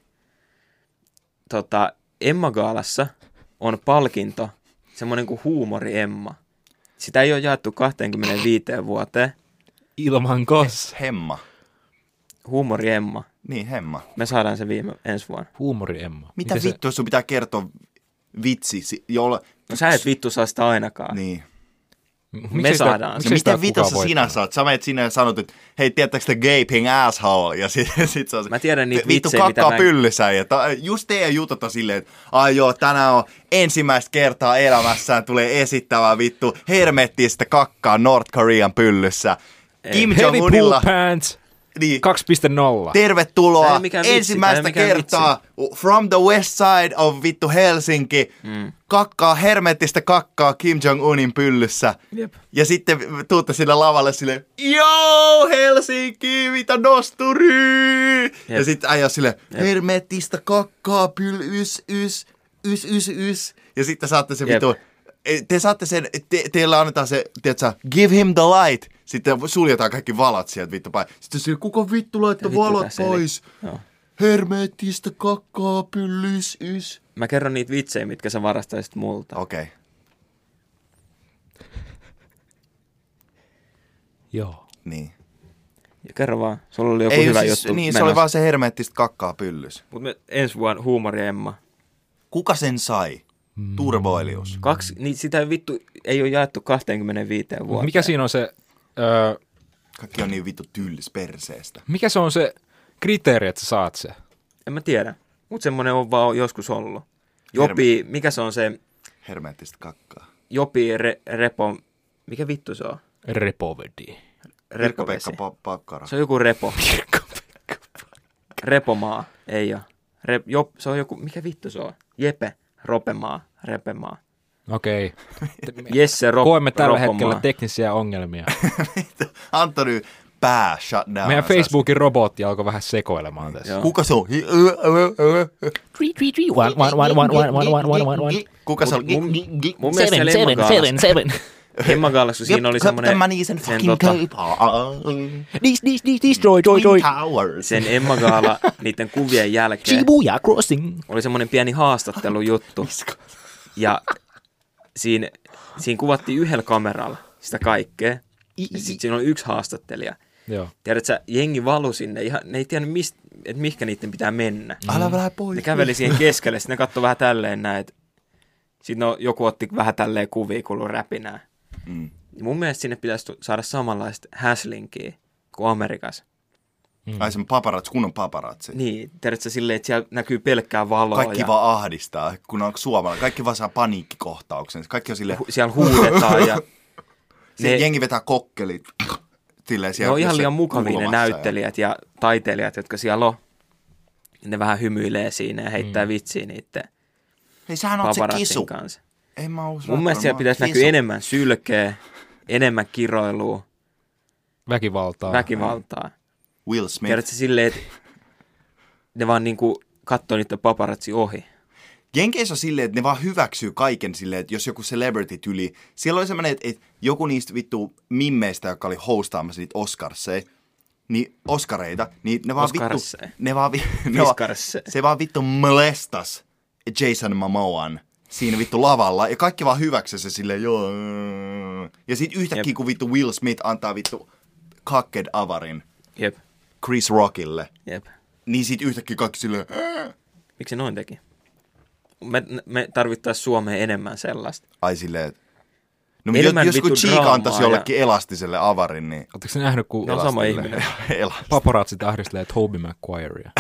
Speaker 3: Tota, Emma Gaalassa on palkinto, semmoinen kuin huumori Emma. Sitä ei ole jaettu 25 vuoteen.
Speaker 5: Ilman kos.
Speaker 4: Hemma.
Speaker 3: Huumori Emma.
Speaker 4: Niin, hemma.
Speaker 3: Me saadaan se viime ensi vuonna.
Speaker 5: Huumori Emma.
Speaker 4: Mitä
Speaker 5: Miten se-
Speaker 4: vittua sun pitää kertoa vitsi, si- jolla...
Speaker 3: No sä et vittu saa sitä ainakaan.
Speaker 4: Niin.
Speaker 5: Miksi
Speaker 3: Me
Speaker 5: sitä-
Speaker 3: saadaan se.
Speaker 5: miksi
Speaker 4: Ja
Speaker 5: sitä
Speaker 4: miten
Speaker 5: kukaan
Speaker 4: vitossa sinä
Speaker 5: voittanut?
Speaker 4: saat? Sä menet sinne ja sanot, että hei, tiedättekö te gaping asshole? Ja sit, sit se on se,
Speaker 3: Mä tiedän niitä
Speaker 4: vittu
Speaker 3: vitsejä, mitä
Speaker 4: kakkaa
Speaker 3: mä en-
Speaker 4: pyllissä. Ja ta, just teidän jutut on silleen, että ai joo, tänään on ensimmäistä kertaa elämässään tulee esittävää vittu hermettistä kakkaa North Korean pyllyssä. Kim
Speaker 5: Heavy
Speaker 4: Jong-unilla,
Speaker 5: pool pants
Speaker 4: niin,
Speaker 5: 2.0.
Speaker 3: Tää ei
Speaker 4: tervetuloa
Speaker 3: mikään vitsi,
Speaker 4: ensimmäistä
Speaker 3: tää ei mikään
Speaker 4: kertaa from the west side of vittu Helsinki.
Speaker 3: Mm.
Speaker 4: Kakkaa, hermettistä kakkaa Kim Jong-unin pyllyssä.
Speaker 3: Jep.
Speaker 4: Ja sitten tuutte sille lavalle sille, joo Helsinki, mitä nosturi! Ja sitten äijä on sille, hermetistä kakkaa, pyl, ys, ys, ys, ys, ys. Ja sitten saatte se
Speaker 3: Jep.
Speaker 4: vitu, te saatte sen, te, teillä annetaan se, tiedätkö, give him the light. Sitten suljetaan kaikki valot sieltä vittu päin. Sitten sille, kuka vittu laittoi
Speaker 3: Vittu
Speaker 4: valot
Speaker 3: tässä, eli-
Speaker 4: pois?
Speaker 3: Joo.
Speaker 4: Hermetistä kakkaa, pyl, ys, ys.
Speaker 3: Mä kerron niitä vitsejä, mitkä sä varastaisit multa.
Speaker 4: Okei. Okay.
Speaker 5: Joo.
Speaker 4: Niin.
Speaker 3: Ja kerro vaan, sulla oli joku hyvä juttu
Speaker 4: niin, se oli vaan se hermeettistä kakkaa pyllys.
Speaker 3: Mut me ensi vuonna huumori Emma.
Speaker 4: Kuka sen sai?
Speaker 3: Mm.
Speaker 4: Turboilius.
Speaker 3: Kaksi, niin sitä ei vittu ei ole jaettu 25 vuoteen.
Speaker 5: Mikä siinä on se, öö,
Speaker 4: Kaikki on niin vittu tyllis perseestä.
Speaker 5: mikä se on se kriteeri, että sä saat se?
Speaker 3: En mä tiedä. Mut semmonen on vaan joskus ollut. Jopi, mikä se on se
Speaker 4: Hermeettistä kakkaa.
Speaker 3: Jopi re, Repo, mikä vittu se on?
Speaker 5: Repovedi.
Speaker 4: Pirkka-Pekka
Speaker 3: Repovesi.
Speaker 4: pa- Pakkara.
Speaker 3: Se on joku Repo. Repomaa, ei oo. Re, jop, se on joku, mikä vittu se on? Jepe, Ropemaa, Repemaa.
Speaker 5: Okei.
Speaker 3: Jesse Ro,
Speaker 5: Koemme tällä
Speaker 3: Ropomaa.
Speaker 5: hetkellä teknisiä ongelmia.
Speaker 4: Antoni pää shut down.
Speaker 5: Meidän Facebookin robotti alkoi vähän sekoilemaan tässä.
Speaker 3: Joo.
Speaker 4: Kuka se on? Hi- ö, ö, ö, ö.
Speaker 7: one, one, one, one, one, one, one, one, one, one.
Speaker 4: Kuka se on?
Speaker 3: Mun, mun mielestä siellä Emma
Speaker 7: seven, seven,
Speaker 3: Gaalassa-
Speaker 7: seven.
Speaker 3: Emma Gaalassa siinä oli semmonen...
Speaker 4: Tämä niin sen fucking
Speaker 3: tota,
Speaker 4: tota...
Speaker 7: This, this, this, this, joy, joy, joy.
Speaker 4: Towers.
Speaker 3: sen Emma Gaala niiden kuvien jälkeen
Speaker 7: Shibuya crossing.
Speaker 3: oli semmoinen pieni haastattelujuttu. Ja siinä, siinä kuvattiin yhdellä kameralla sitä kaikkea. Ja sitten siinä oli yksi haastattelija.
Speaker 5: Joo.
Speaker 3: Tiedätkö, sä, jengi valui sinne, ihan, ne ei tiennyt, mist, että mihinkä niiden pitää mennä.
Speaker 4: Älä vähän pois.
Speaker 3: Ne käveli siihen keskelle, sitten ne katsoi vähän tälleen näin. et- Sitten no, joku otti vähän tälleen kuvia, kun oli räpinää.
Speaker 4: Mm.
Speaker 3: Ja Mun mielestä sinne pitäisi tu- saada samanlaista häslinkiä kuin Amerikassa.
Speaker 4: Ai sen paparatsi, kunnon paparatsi.
Speaker 3: Mm. Niin, tiedätkö sä, silleen, että siellä näkyy pelkkää valoa.
Speaker 4: Kaikki
Speaker 3: ja-
Speaker 4: vaan ahdistaa, kun on suomalainen. Kaikki vaan saa paniikkikohtauksen. Kaikki on silleen,
Speaker 3: hu- siellä huudetaan ja
Speaker 4: ne,
Speaker 3: ne,
Speaker 4: jengi vetää kokkelit. Silleen
Speaker 3: ne
Speaker 4: siellä
Speaker 3: on ihan
Speaker 4: jossain
Speaker 3: liian mukavia ne
Speaker 4: kulmassa ja-
Speaker 3: näyttelijät ja taiteilijat, jotka siellä on. Ne vähän hymyilee siinä ja heittää mm. vitsiä niiden
Speaker 4: Hei, sähän oot se
Speaker 3: paparazzin
Speaker 4: kisu.
Speaker 3: kanssa.
Speaker 4: En mä usko.
Speaker 3: Mun mielestä siellä pitäisi näkyä enemmän sylkeä, enemmän kiroilua,
Speaker 5: Väkivaltaa.
Speaker 3: väkivaltaa.
Speaker 4: niin. Will Smith.
Speaker 3: Tiedätkö silleen, että ne vaan niinku kattoo niitä paparazzi ohi.
Speaker 4: Jenkeissä on silleen, että ne vaan hyväksyy kaiken silleen, että jos joku celebrity tyli, siellä oli semmoinen, että, että joku niistä vittu mimmeistä, joka oli hostaamassa niitä Oscarseja, niin Oscareita, niin ne vaan
Speaker 3: Oscarseja.
Speaker 4: vittu, ne vaan, vi- ne vaan,
Speaker 3: Fiskarseja.
Speaker 4: se vaan vittu molestas Jason Momoan siinä vittu lavalla, ja kaikki vaan hyväksy se silleen, joo, mm. ja sit yhtäkkiä
Speaker 3: Jep.
Speaker 4: kun vittu Will Smith antaa vittu kakked avarin
Speaker 3: Jep,
Speaker 4: Chris Rockille,
Speaker 3: jep.
Speaker 4: niin sit yhtäkkiä kaikki silleen, "Äh."
Speaker 3: Miksi noin teki? Me, me tarvittaisiin Suomeen enemmän sellaista.
Speaker 4: Ai silleen, että... No
Speaker 3: Enemmän
Speaker 4: jos, jos kun
Speaker 3: vittu
Speaker 4: Chiika
Speaker 3: draamaa
Speaker 4: antaisi jollekin ja... elastiselle avarin, niin...
Speaker 5: Oletteko te nähnyt, kun
Speaker 3: Ne on sama ihminen.
Speaker 4: Elas.
Speaker 5: paparatsit ahdistelee Toby McQuirea?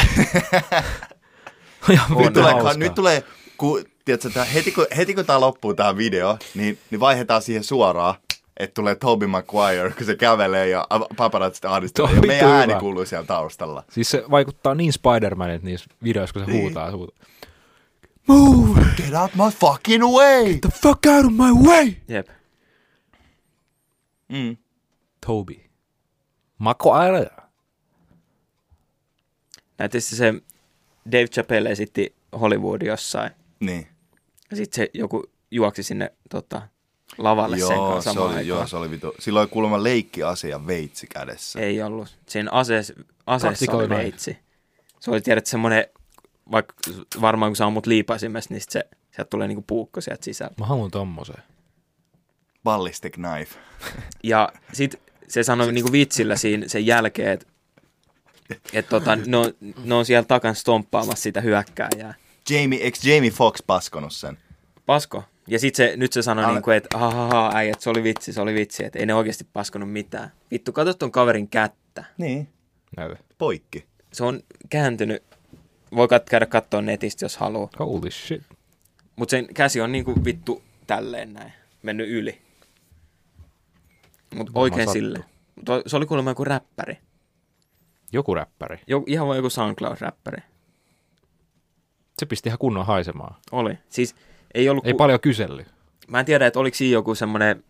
Speaker 4: Nyt tulee,
Speaker 5: hauskaa.
Speaker 4: nyt tulee, kun tiedätkö, tää, heti, kun, heti kun tämä loppuu tämä video, niin, niin vaihdetaan siihen suoraan, että tulee Toby Maguire, kun se kävelee ja a- paparazzit ahdistaa.
Speaker 5: Toi
Speaker 4: Ja
Speaker 5: on
Speaker 4: meidän
Speaker 5: hyvä.
Speaker 4: ääni kuuluu siellä taustalla.
Speaker 5: Siis se vaikuttaa niin Spider-Manilta niissä videoissa, kun se niin. huutaa. huutaa.
Speaker 4: Get out my fucking way!
Speaker 5: The fuck out of my way!
Speaker 3: Jep.
Speaker 4: Mm.
Speaker 5: Toby. Maguire.
Speaker 3: Näyttäisi se Dave Chappelle esitti Hollywood jossain.
Speaker 4: Niin.
Speaker 3: Ja sitten se joku juoksi sinne tota, lavalle sen
Speaker 4: Joo,
Speaker 3: kanssa
Speaker 4: se
Speaker 3: samaan
Speaker 4: oli, joo,
Speaker 3: aikaan.
Speaker 4: se oli vitu. Silloin oli kuulemma leikkiasia veitsi kädessä.
Speaker 3: Ei ollut. Siinä aseessa, aseessa oli
Speaker 5: Taktikoinut.
Speaker 3: veitsi. Se oli tiedät semmoinen, vaikka varmaan kun sä ammut liipaisimessa, niin sit se, sieltä tulee niinku puukko sieltä sisältä.
Speaker 5: Mä haluan tommoseen.
Speaker 4: Ballistic knife.
Speaker 3: Ja sit se
Speaker 4: Siis-
Speaker 3: sanoi niinku vitsillä siinä sen jälkeen, että et tota, ne, on, ne on siellä takan stomppaamassa sitä hyökkääjää.
Speaker 4: Jamie, eikö Jamie Fox paskonut sen?
Speaker 3: Pasko. Ja sit se, nyt se sanoi,
Speaker 4: Älä-
Speaker 3: niin kuin, että ahaha, äijät, se oli vitsi, se oli vitsi, että ei ne oikeasti paskonut mitään. Vittu, katso ton kaverin kättä.
Speaker 4: Niin.
Speaker 5: Näytä.
Speaker 4: Poikki.
Speaker 3: Se on kääntynyt. Voi kat- käydä katsoa netistä, jos haluaa.
Speaker 5: Holy shit.
Speaker 3: Mutta sen käsi on niinku vittu tälleen näin, mennyt yli. Mutta oikein
Speaker 5: sattuu.
Speaker 3: sille. Mut se oli kuulemma joku räppäri.
Speaker 5: Joku räppäri.
Speaker 3: Joku, ihan vaan joku SoundCloud-räppäri.
Speaker 5: Se pisti ihan kunnon haisemaan.
Speaker 3: Oli. Siis ei ollut...
Speaker 5: Ei
Speaker 3: ku-
Speaker 5: paljon kysellyt.
Speaker 3: Mä en tiedä, että oliko siinä joku semmoinen,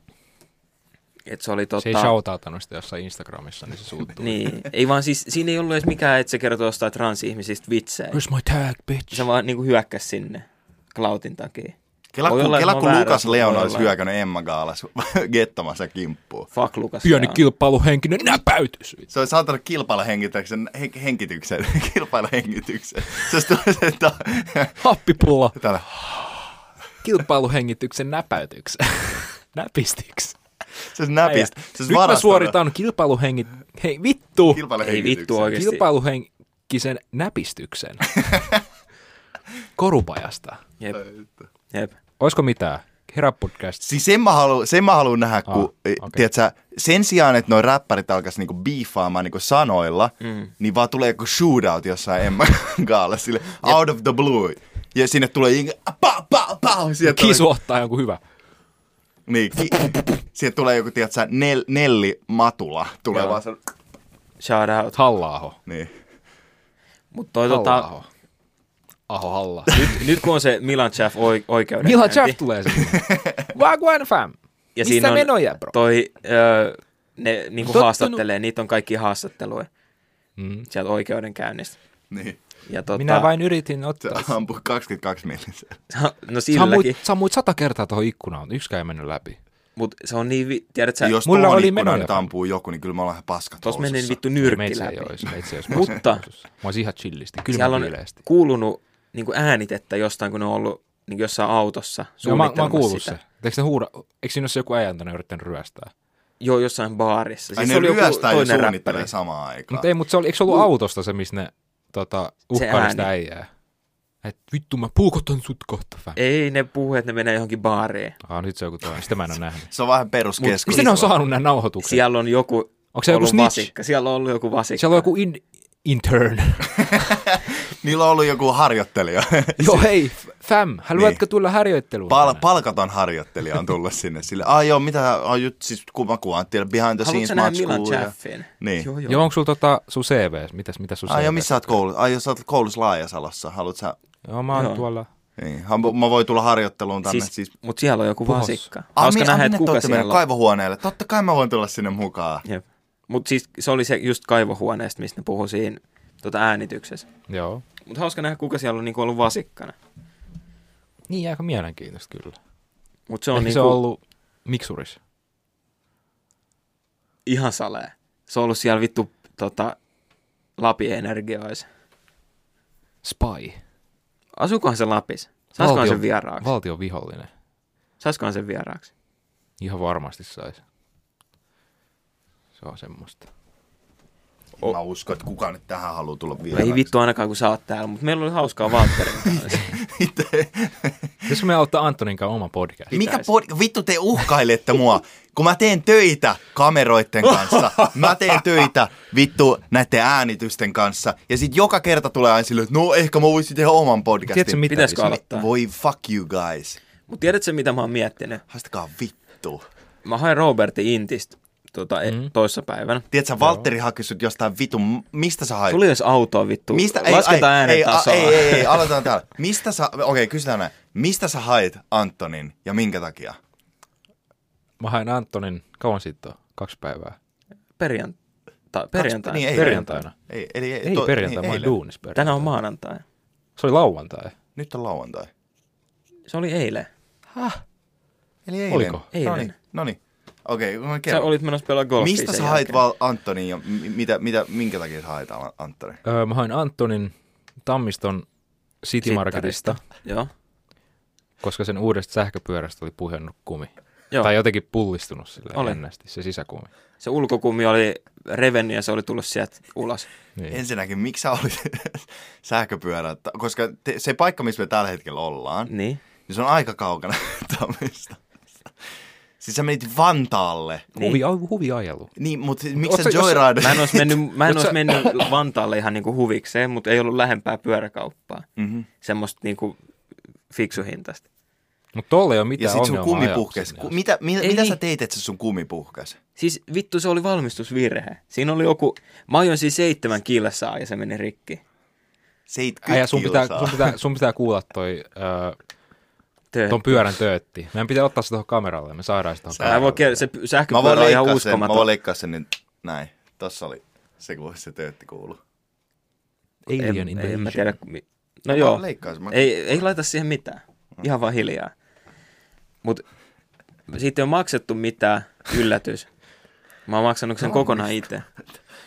Speaker 3: että se oli tota...
Speaker 5: Se ei shoutoutanut sitä jossain Instagramissa, niin se suuttuu.
Speaker 3: Niin, ei vaan siis, siinä ei ollut edes mikään, että se kertoo jostain transihmisistä vitsejä.
Speaker 7: Where's my tag, bitch?
Speaker 3: Se vaan niinku hyökkäsi sinne Klautin takia.
Speaker 4: Kela,
Speaker 3: Voi
Speaker 4: kun,
Speaker 3: olla, että
Speaker 4: kela,
Speaker 3: mä
Speaker 4: kun
Speaker 3: oon
Speaker 4: Lukas
Speaker 3: väärässä,
Speaker 4: Leon
Speaker 3: voi
Speaker 4: olisi
Speaker 3: olla.
Speaker 4: hyökännyt Emma Gaalas gettomassa kimppuun.
Speaker 3: Fuck Lukas.
Speaker 7: Pieni
Speaker 3: Leon.
Speaker 7: kilpailuhenkinen näpäytys.
Speaker 4: Se olisi antanut kilpailuhengityksen, hen- henkityksen, kilpailuhengityksen. Se olisi tullut se, että
Speaker 7: Happipulla.
Speaker 4: täällä,
Speaker 5: Kilpailuhengityksen näpäytyksen. Näpistiksi.
Speaker 4: se olisi näpistä. Se
Speaker 3: siis
Speaker 5: Nyt
Speaker 4: olisi
Speaker 5: mä
Speaker 4: varastanut
Speaker 5: suoritan kilpailuhengit...
Speaker 3: Ei
Speaker 5: Hei, vittu!
Speaker 3: vittu
Speaker 4: kilpailuhengityksen.
Speaker 3: oikeesti.
Speaker 5: Kilpailuhenkisen näpistyksen. Korupajasta.
Speaker 3: Jep. Jep.
Speaker 5: Olisiko mitään? Herra podcast.
Speaker 4: Siis sen mä haluan, sen mä haluan nähdä, kun,
Speaker 5: Ah,
Speaker 4: ah,
Speaker 5: okei.
Speaker 4: okay. tiedätkö, sen sijaan, että noi räppärit alkaisi niinku biifaamaan niinku sanoilla, mm. niin vaan tulee joku shootout jossain Emma Gaalla, sille out of the blue. Ja sinne tulee jengi, pa, pa, pa, sieltä tulee,
Speaker 5: Kisu ottaa jonkun hyvä.
Speaker 4: niin, ki, sieltä tulee joku, tiedätkö, nel, Nelli Matula, tulee vaan se,
Speaker 3: Shout out.
Speaker 5: Hallaaho.
Speaker 4: niin.
Speaker 3: Mut toi tota,
Speaker 5: Hallaaho. Aho halla.
Speaker 3: nyt, nyt kun on se Milan Chef oikeuden.
Speaker 5: Milan Chaff tulee sinne. Wagwan fam.
Speaker 3: Ja
Speaker 5: Missä
Speaker 3: siinä on
Speaker 5: menoja, bro?
Speaker 3: Toi, öö, ne niinku
Speaker 5: Tottunut.
Speaker 3: haastattelee, niitä on kaikki haastatteluja
Speaker 5: Mm.
Speaker 3: sieltä oikeudenkäynnistä.
Speaker 4: niin.
Speaker 3: Ja tota,
Speaker 5: Minä vain yritin
Speaker 4: Se
Speaker 5: ottaa.
Speaker 4: ampuu 22 millisiä.
Speaker 3: No
Speaker 5: Sammuit,
Speaker 3: silläkin,
Speaker 5: sammuit sata kertaa tuohon ikkunaan. Yksikään ei mennyt läpi.
Speaker 3: mutta se on niin, vi- tiedät sä,
Speaker 4: Jos
Speaker 5: Mulla
Speaker 4: Mulla
Speaker 5: oli
Speaker 4: oli ikkunan
Speaker 5: menoja.
Speaker 4: nyt ampuu joku, niin kyllä me ollaan ihan paskat
Speaker 3: tuossa
Speaker 4: housussa.
Speaker 3: menee vittu nyrkki
Speaker 5: Nyrkki
Speaker 3: läpi.
Speaker 5: ei olisi. Meitsi ei olisi.
Speaker 3: Mutta
Speaker 5: Mä olisin ihan chillisti.
Speaker 3: siellä
Speaker 5: Kylmän
Speaker 3: on
Speaker 5: viileästi.
Speaker 3: kuulunut niin kuin äänitettä jostain, kun ne on ollut niin kuin jossain autossa
Speaker 5: Joo, No, mä, mä oon
Speaker 3: suunnittelemassa
Speaker 5: kuullut
Speaker 3: sitä.
Speaker 5: se. Eikö, ne huuda, eikö siinä ole se joku äijä antanut yrittänyt ryöstää?
Speaker 3: Joo, jossain baarissa. Siis
Speaker 4: Ai
Speaker 3: se
Speaker 4: ne
Speaker 3: oli joku
Speaker 4: ryöstää ja
Speaker 3: toinen
Speaker 4: suunnittelee
Speaker 3: räppäri.
Speaker 4: samaan aikaan.
Speaker 3: Ah.
Speaker 5: Mutta ei, mutta se oli, eikö se ollut autosta se, missä ne tota, uhkaili sitä äijää? Et vittu, mä puukotan sut kohta. fam.
Speaker 3: Ei ne puhu, että ne menee johonkin baariin.
Speaker 5: Ah, nyt se on joku toinen. Sitä mä en ole nähnyt.
Speaker 4: Se on vähän peruskeskustelu.
Speaker 5: Mistä ne on saanut nämä nauhoitukset?
Speaker 3: Siellä on joku
Speaker 5: Onko se joku
Speaker 3: ollut
Speaker 5: snitch?
Speaker 3: vasikka. Siellä on ollut joku vasikka.
Speaker 5: Siellä on joku in, intern.
Speaker 4: Niillä on ollut joku harjoittelija.
Speaker 5: Joo, hei, fam, haluatko niin. tulla harjoitteluun?
Speaker 4: Pal-
Speaker 5: tänään?
Speaker 4: palkaton harjoittelija on tullut sinne. Sille, ai joo, mitä, ai jut, siis kun mä kuvaan, tiedä, behind the
Speaker 3: Haluatko
Speaker 4: scenes
Speaker 3: sä nähdä
Speaker 4: match
Speaker 3: Milan
Speaker 4: cool ja-
Speaker 3: Chaffin?
Speaker 4: Niin.
Speaker 3: Joo, joo.
Speaker 5: Joo, onko sulla tota sun CV? Mitäs, mitäs sun CV?
Speaker 4: Ai joo, missä sä oot koulussa? Ai joo, sä oot koulussa Laajasalossa. Haluat sä...
Speaker 5: Joo, mä oon
Speaker 3: Joo.
Speaker 5: tuolla.
Speaker 4: Niin. Ha- Mä voin tulla harjoitteluun tänne.
Speaker 3: Siis,
Speaker 4: Siis, siis...
Speaker 3: Mutta siellä on joku
Speaker 5: Puhos.
Speaker 3: vasikka. Hauska nähdä, että kuka siellä on.
Speaker 4: kaivohuoneelle. Totta kai mä voin tulla sinne mukaan.
Speaker 3: Jep. Mut siis se oli se just kaivohuoneesta, mistä ne puhui siinä tota äänityksessä.
Speaker 5: Joo.
Speaker 3: Mut hauska nähdä, kuka siellä on niinku ollut vasikkana.
Speaker 5: Niin, aika mielenkiintoista kyllä.
Speaker 3: Mut se
Speaker 5: No,
Speaker 3: on,
Speaker 5: Ehkä
Speaker 3: niinku
Speaker 5: se on ollut miksuris.
Speaker 3: ihan salee. Se on ollut siellä vittu tota, Lapin energioissa.
Speaker 5: Spy.
Speaker 3: Asukohan se Lapis? Saisikohan sen vieraaksi? Val-
Speaker 5: Valtion vihollinen.
Speaker 3: Saisikohan sen vieraaksi?
Speaker 5: Ihan varmasti sais. Se on semmoista.
Speaker 4: Oh. Mä uskon, että kuka nyt tähän haluaa tulla
Speaker 3: No
Speaker 4: vielä.
Speaker 3: ei vittu ainakaan, kun sä oot täällä, mutta meillä oli hauskaa Valtteri.
Speaker 5: Pitäisikö me ottaa Antonin kanssa oma podcast?
Speaker 4: Mikä pod... Vittu te uhkailette mua. kun mä teen töitä kameroitten kanssa, mä teen töitä vittu näiden äänitysten kanssa, ja sit joka kerta tulee aina silleen, että no ehkä mä voisin tehdä oman podcastin.
Speaker 5: Tiedätkö mitä?
Speaker 3: Pitäisikö aloittaa?
Speaker 4: Voi fuck you guys.
Speaker 3: Mutta tiedätkö, mitä mä oon miettinyt?
Speaker 4: Haistakaa vittu.
Speaker 3: Mä hain Robertin Intistä tota, mm. toissapäivänä.
Speaker 4: Tiedätkö, Valtteri haki sut jostain vitun, mistä sä hait?
Speaker 3: Tuli jos autoa vittu.
Speaker 4: Mistä,
Speaker 3: Lasketaan äänen
Speaker 4: ei, a-
Speaker 3: tasoa.
Speaker 4: ei, ei, ei, aloitetaan täällä. Mistä sä, okei, okay, kysytään näin. Mistä sä hait Antonin ja minkä takia?
Speaker 5: Mä hain Antonin, kauan siitä on? Kaksi päivää.
Speaker 3: Perjantai. Perjantai.
Speaker 4: niin, ei.
Speaker 5: Perjantaina.
Speaker 4: Ei, eli,
Speaker 5: Ei
Speaker 4: to- niin,
Speaker 5: perjantai, mä olin
Speaker 4: eilen.
Speaker 5: duunis perjantai.
Speaker 3: Tänään on maanantai.
Speaker 5: Se oli lauantai.
Speaker 4: Nyt on lauantai.
Speaker 3: Se oli eilen.
Speaker 4: Eli eilen.
Speaker 5: Oliko?
Speaker 3: Eilen.
Speaker 4: Noniin, noniin. niin, no Okei, okay,
Speaker 3: Sä
Speaker 4: kerro.
Speaker 3: olit menossa pelaa golfia
Speaker 4: Mistä
Speaker 3: sen
Speaker 4: sä hait
Speaker 3: jälkeen.
Speaker 4: val- Antonin ja m- mitä, mitä, minkä takia sä hait Al- Antonin?
Speaker 5: Öö, mä hain Antonin Tammiston City Marketista,
Speaker 3: Joo.
Speaker 5: koska sen uudesta sähköpyörästä oli puhjennut kumi.
Speaker 3: Joo.
Speaker 5: Tai jotenkin pullistunut sille
Speaker 3: Oli.
Speaker 5: ennästi, se sisäkumi.
Speaker 3: Se ulkokummi oli revennyt ja se oli tullut sieltä ulos.
Speaker 5: Niin.
Speaker 4: Ensinnäkin, miksi sä olit sähköpyörä? Ta- Koska te, se paikka, missä me tällä hetkellä ollaan, niin.
Speaker 5: Mm.
Speaker 3: Niin.
Speaker 4: niin se on aika kaukana Tammista. Siis sä menit Vantaalle.
Speaker 3: Niin.
Speaker 5: Huvi, huviajelu.
Speaker 4: Niin, mutta miksi sä
Speaker 5: Oot sä- jos-
Speaker 4: joyride?
Speaker 3: Mä en olisi mennyt, mä en
Speaker 5: Mut sä-
Speaker 3: ois mennyt Vantaalle ihan niinku huvikseen, mutta ei ollut lähempää pyöräkauppaa.
Speaker 4: Mhm.
Speaker 3: Semmoista niinku fiksuhintaista.
Speaker 5: Mutta tolle ei ole mitään
Speaker 4: Ja sit sun
Speaker 5: ongelmaa
Speaker 4: kumi
Speaker 5: ajaa
Speaker 4: puhkes.
Speaker 5: sinne,
Speaker 4: Ku,
Speaker 5: jos-
Speaker 4: mitä, mitä,
Speaker 3: Ei
Speaker 4: mitä
Speaker 3: niin.
Speaker 4: sä teit, että se sun kumi puhkes?
Speaker 3: Siis vittu, se oli valmistusvirhe. Siinä oli joku, mä ajoin siis seitsemän kilsaa ja se meni rikki.
Speaker 4: Seit
Speaker 5: Äijä, sun pitää,
Speaker 4: kytkilsaa.
Speaker 5: sun, pitää, sun pitää kuulla toi, öö,
Speaker 3: Töö.
Speaker 5: ton pyörän töötti. Meidän pitää ottaa se tuohon kameralle, me saadaan se tuohon
Speaker 4: Sä-
Speaker 3: Mä
Speaker 5: kameralle.
Speaker 3: voin kertoa, se py-
Speaker 4: Mä voin,
Speaker 3: sähköpyörä on ihan
Speaker 4: leikkaa sen, mä
Speaker 3: uskomaton.
Speaker 4: voin leikkaa sen, niin näin. Tossa oli se, kun se töötti kuuluu.
Speaker 5: Alien
Speaker 3: en, en mä
Speaker 5: Invasion.
Speaker 3: tiedä, mi- no joo,
Speaker 4: Leikkaa sen. Mä...
Speaker 3: ei, ei laita siihen mitään, ihan vaan hiljaa. Mutta siitä ei ole maksettu mitään, yllätys. Mä oon maksanut sen kokonaan itse,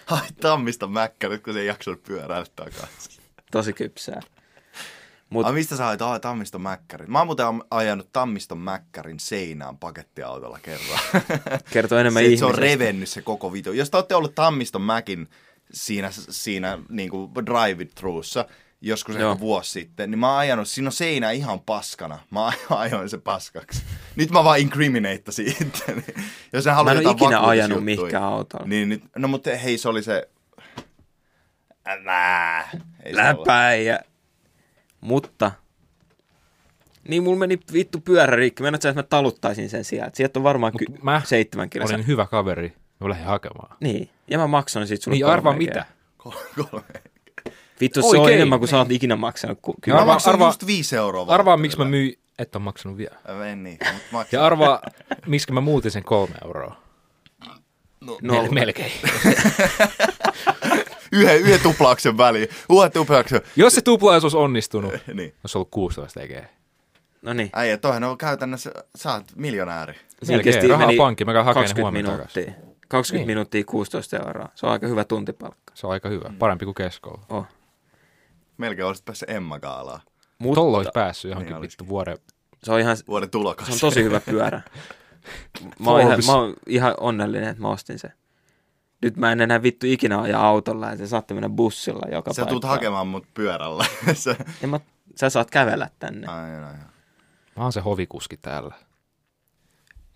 Speaker 4: Ai tammista mäkkä nyt, kun se ei jaksanut pyöräillä takaisin.
Speaker 3: tosi kypsää.
Speaker 4: Mut...
Speaker 3: Mut-
Speaker 4: Ai mistä sä hait? Ai tammiston mäkkärin. Mä oon muuten am- ajanut tammiston mäkkärin seinään pakettiautolla kerran.
Speaker 3: Kertoo enemmän
Speaker 4: se, että se on
Speaker 3: ihmisestä.
Speaker 4: revennyt se koko video. Jos te olette ollut tammiston mäkin siinä, siinä niin kuin drive truussa joskus
Speaker 3: Joo.
Speaker 4: ehkä vuosi sitten, niin mä oon ajanut, siinä on seinä ihan paskana. Mä ajoin se paskaksi. Nyt mä vaan incrimineittasin itteni. Jos sä
Speaker 3: Mä
Speaker 4: haluat
Speaker 3: en ole
Speaker 4: jotain
Speaker 3: ikinä ajanut
Speaker 4: vakuutusjuttuja.
Speaker 3: mihinkään autolla.
Speaker 4: Niin, nyt, no mutta hei, se oli se... Älä. Ei se ollut.
Speaker 3: läpäijä. Mutta, niin mulla meni vittu pyörä rikki. Mä en että mä taluttaisin sen sieltä. Sieltä on varmaan ky-
Speaker 5: Mut mä
Speaker 3: seitsemän kiloa.
Speaker 5: Olin hyvä kaveri, mä lähdin hakemaan.
Speaker 3: Niin, ja mä maksoin sit sulle
Speaker 5: Niin arvaa
Speaker 3: kolme
Speaker 5: mitä?
Speaker 3: kertaa.
Speaker 4: Kolme.
Speaker 3: Vittu, se on
Speaker 5: Oikein,
Speaker 3: enemmän kuin sä oot ikinä maksanut. Ku-
Speaker 5: Ja
Speaker 4: Mä
Speaker 5: arvaa-
Speaker 4: maksoin
Speaker 5: arvaa-
Speaker 4: just viisi euroa.
Speaker 5: Arvaa, miksi mä myin, et on maksanut vielä.
Speaker 4: Äh, En niin, mutta maksoin.
Speaker 5: Ja arvaa, miksi mä muutin sen kolme euroa.
Speaker 3: no,
Speaker 5: Mel- melkein.
Speaker 4: Yhden, yhden tuplauksen väliin. Uuden tuplauksen.
Speaker 5: Jos se tuplaus olisi onnistunut, olisi
Speaker 4: Niin.
Speaker 5: ollut 16 tekee.
Speaker 3: no niin,
Speaker 4: Äijä, toihan on käytännössä, sä oot miljonääri.
Speaker 3: siinä
Speaker 5: Melkein.
Speaker 3: kesti
Speaker 5: Rahaa
Speaker 3: meni
Speaker 5: pankki, mä käyn hakemaan ne
Speaker 3: 20
Speaker 5: huomenna
Speaker 3: minuuttia. 20 niin. minuuttia 16 euroa. Se on aika hyvä tuntipalkka.
Speaker 5: Se on aika
Speaker 4: Mm.
Speaker 5: hyvä, parempi kuin keskoulu.
Speaker 3: Oh.
Speaker 4: Melkein olisit päässyt Emma-gaalaa.
Speaker 5: Mutta Tolla olisi päässyt johonkin
Speaker 4: Niin olisi.
Speaker 5: vittu vuoden.
Speaker 3: Se on ihan, se
Speaker 4: Vuoden tulokas.
Speaker 3: on tosi hyvä pyörä. Mä oon, ihan,
Speaker 5: Forbes.
Speaker 3: mä oon ihan onnellinen, että mä ostin sen. Nyt mä en enää vittu ikinä aja autolla ja se saatte mennä bussilla joka
Speaker 4: Sä tulet
Speaker 3: paikkaan.
Speaker 4: hakemaan mut pyörällä. Sä...
Speaker 3: En mä, sä saat kävellä tänne.
Speaker 4: Ai, no ai, ai.
Speaker 5: Mä oon se hovikuski täällä.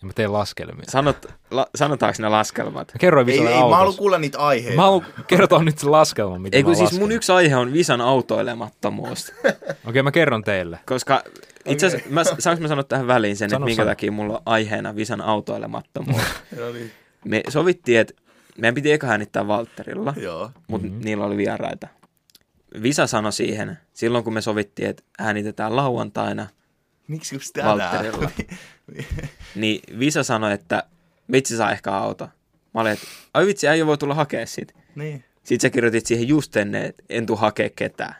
Speaker 5: Ja mä teen laskelmia.
Speaker 3: Sanot, la, sanotaanko ne laskelmat?
Speaker 5: Mä kerroin
Speaker 4: Ei,
Speaker 5: Visalle
Speaker 4: ei, mä haluan
Speaker 5: autossa.
Speaker 4: kuulla niitä aiheita.
Speaker 5: Mä haluan kertoa nyt sen laskelman, mitä
Speaker 3: Ei
Speaker 5: mä
Speaker 3: kun
Speaker 5: oon
Speaker 3: siis mun
Speaker 5: laskenut.
Speaker 3: yksi aihe on Visan autoilemattomuus.
Speaker 5: Okei, mä kerron teille.
Speaker 3: Koska itse asiassa, mä, saanko mä sanoa tähän väliin sen,
Speaker 5: Sano,
Speaker 3: että minkä
Speaker 5: sano.
Speaker 3: takia mulla on aiheena Visan autoilemattomuus? Me sovittiin, että meidän piti eka äänittää Valtterilla,
Speaker 4: Joo.
Speaker 3: mutta mm-hmm. niillä oli vieraita. Visa sanoi siihen, silloin kun me sovittiin, että äänitetään lauantaina,
Speaker 4: Miksi just tänään?
Speaker 3: Valtterilla. niin Visa sanoi, että vitsi saa ehkä auto. Mä olin, että ai vitsi, äijä voi tulla hakea sit.
Speaker 4: niin.
Speaker 3: Sitten sä kirjoitit siihen just ennen, että en tuu hakea ketään.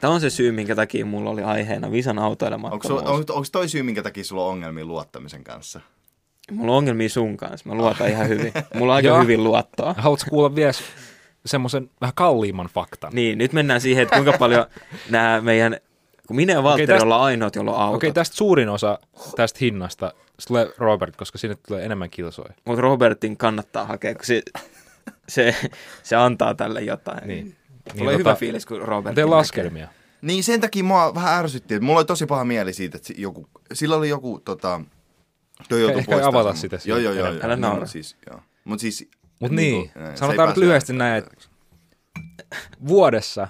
Speaker 3: Tämä on se syy, minkä takia mulla oli aiheena Visan
Speaker 4: Onko, sul,
Speaker 3: autoilemattomuus.
Speaker 4: on, onko toi syy, minkä takia sulla on ongelmia luottamisen kanssa?
Speaker 3: Mulla on ongelmia sun kanssa. Mä luotan ihan hyvin. Mulla on aika
Speaker 5: Joo.
Speaker 3: hyvin luottoa.
Speaker 5: Haluatko kuulla vielä semmoisen vähän kalliimman faktan?
Speaker 3: Niin, nyt mennään siihen, että kuinka paljon nämä meidän... Kun minä ja Valtteri
Speaker 5: Okei, tästä-
Speaker 3: ollaan ainoat, jolla on autot.
Speaker 5: Okei, tästä suurin osa tästä hinnasta se tulee Robert, koska sinne tulee enemmän kilsoja.
Speaker 3: Mutta Robertin kannattaa hakea, kun se, se, se antaa tälle jotain.
Speaker 5: Niin.
Speaker 3: Tulee
Speaker 5: Niin,
Speaker 3: hyvä
Speaker 5: tota,
Speaker 3: fiilis, kun Robert.
Speaker 5: Tee laskelmia.
Speaker 4: Niin sen takia mua vähän ärsytti, että mulla oli tosi paha mieli siitä, että si- joku, sillä oli joku tota, Toi joutuu
Speaker 5: Ehkä ei
Speaker 4: poistamaan
Speaker 5: avata
Speaker 4: sen.
Speaker 5: sitä siinä
Speaker 4: Joo, joo, joo.
Speaker 5: enempää.
Speaker 4: joo.
Speaker 3: Älä naura.
Speaker 4: Mut Siis, joo. Mut siis,
Speaker 5: Mut
Speaker 4: niinku,
Speaker 5: niin,
Speaker 4: näin, se ei
Speaker 5: sanotaan nyt
Speaker 4: pääse
Speaker 5: lyhyesti
Speaker 4: aina.
Speaker 5: näin, että vuodessa,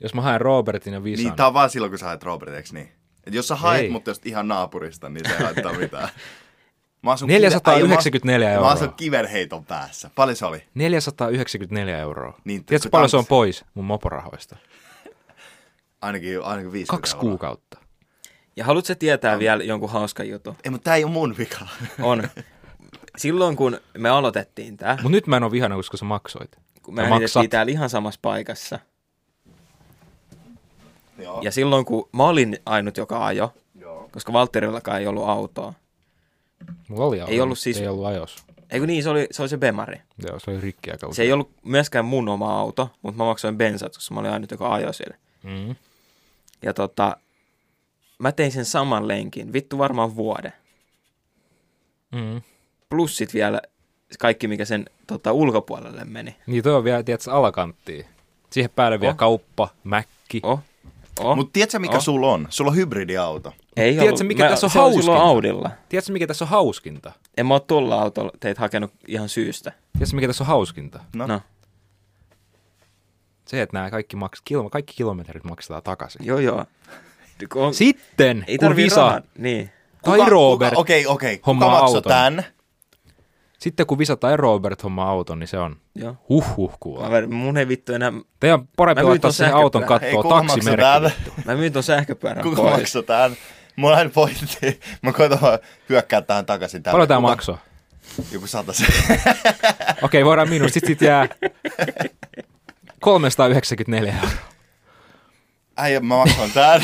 Speaker 5: jos mä haen Robertin ja Visan,
Speaker 4: Niin, tää on vaan silloin, kun sä haet Robert, eiks niin? Et jos sä haet
Speaker 5: Ei.
Speaker 4: mut just ihan naapurista, niin se ei haittaa mitään. Mä asun
Speaker 5: 494
Speaker 4: kive- Ai,
Speaker 5: euroa.
Speaker 4: Mä asun kivenheiton päässä. Paljon se oli?
Speaker 5: 494 euroa.
Speaker 4: Niin,
Speaker 5: Tiedätkö
Speaker 4: kun
Speaker 5: paljon se on
Speaker 4: tanssi-
Speaker 5: pois mun moporahoista?
Speaker 4: Ainakin, ainakin 50
Speaker 5: Kaksi
Speaker 4: euroa.
Speaker 5: kuukautta.
Speaker 3: Ja haluatko tietää vielä jonkun hauskan jutun?
Speaker 4: Ei, mutta tää ei oo mun vika.
Speaker 3: On. Silloin kun me aloitettiin tämä,
Speaker 5: Mut nyt mä en oo vihana, koska sä maksoit.
Speaker 3: kun
Speaker 5: Sä
Speaker 3: me
Speaker 5: maksat.
Speaker 3: äänitettiin täällä ihan samassa paikassa,
Speaker 4: joo.
Speaker 3: ja silloin kun mä olin ainut, joka ajo,
Speaker 4: joo.
Speaker 3: koska Valterillakaan ei ollut autoa.
Speaker 5: Mulla oli auto,
Speaker 3: Ei ollut
Speaker 5: mut
Speaker 3: siis-
Speaker 5: Ei ollut ajos.
Speaker 3: Eikö niin, se oli se, oli se Bemari.
Speaker 5: Joo, se oli rikki aika
Speaker 3: Se ei ollut myöskään mun oma auto, mutta mä maksoin bensat, koska mä olin ainut, joka ajoi siellä.
Speaker 5: Mm.
Speaker 3: Ja tota, mä tein sen saman lenkin, vittu varmaan vuoden.
Speaker 5: Mm.
Speaker 3: Plus sit vielä kaikki, mikä sen tota, ulkopuolelle meni.
Speaker 5: Niin toi on vielä, tiedätkö, alakanttiin. Siihen päälle vielä
Speaker 3: Oh.
Speaker 5: kauppa, mäkki.
Speaker 3: Oh, oh, Mut
Speaker 4: Mut tiedätkö, mikä
Speaker 3: Oh.
Speaker 4: sulla on? Sulla on hybridiauto.
Speaker 3: ei
Speaker 5: tiedätkö,
Speaker 3: ollut.
Speaker 5: mikä
Speaker 3: mä,
Speaker 5: tässä on
Speaker 3: se oli silloin
Speaker 5: hauskinta?
Speaker 3: Audilla.
Speaker 5: Tiedätkö, mikä tässä on hauskinta?
Speaker 3: En mä oo tuolla autolla teitä hakenut ihan syystä.
Speaker 5: Tiedätkö, mikä tässä on hauskinta?
Speaker 4: No.
Speaker 3: No,
Speaker 5: Se, että nämä kaikki, maks- kilo- kaikki kilometrit maksetaan takaisin.
Speaker 3: joo joo. On,
Speaker 5: Sitten,
Speaker 3: ei
Speaker 5: kun
Speaker 3: tarvii
Speaker 5: visa
Speaker 3: rahaa. Niin.
Speaker 5: tai Robert,
Speaker 4: Kuka, okei, okei. Kuka
Speaker 5: hommaa
Speaker 4: maksoi
Speaker 5: auton.
Speaker 4: tän?
Speaker 5: sitten kun visa tai Robert homma auton, niin se on
Speaker 3: Joo.
Speaker 5: huhhuh
Speaker 3: Mä,
Speaker 5: kuulla.
Speaker 3: ver- mun ei vittu enää...
Speaker 5: Teidän on parempi
Speaker 3: Mä myin
Speaker 5: laittaa
Speaker 3: ton
Speaker 5: siihen
Speaker 3: sähköpyörän.
Speaker 5: auton
Speaker 4: Hei,
Speaker 5: kattoon
Speaker 4: kuka maksoi
Speaker 5: taksimerkki.
Speaker 4: tän?
Speaker 3: Mä myin ton sähköpyörän
Speaker 4: Kuka
Speaker 3: pois.
Speaker 4: maksoi tän? Mulla on pointti. Mä koitan vaan hyökkää tähän takaisin. Tälle.
Speaker 5: Paljon tämä
Speaker 4: Kuka-
Speaker 5: maksoi?
Speaker 4: Joku satas.
Speaker 5: Okei, voidaan miinus. Sitten sit jää 394 euroa.
Speaker 4: Äijä, mä maksan tän.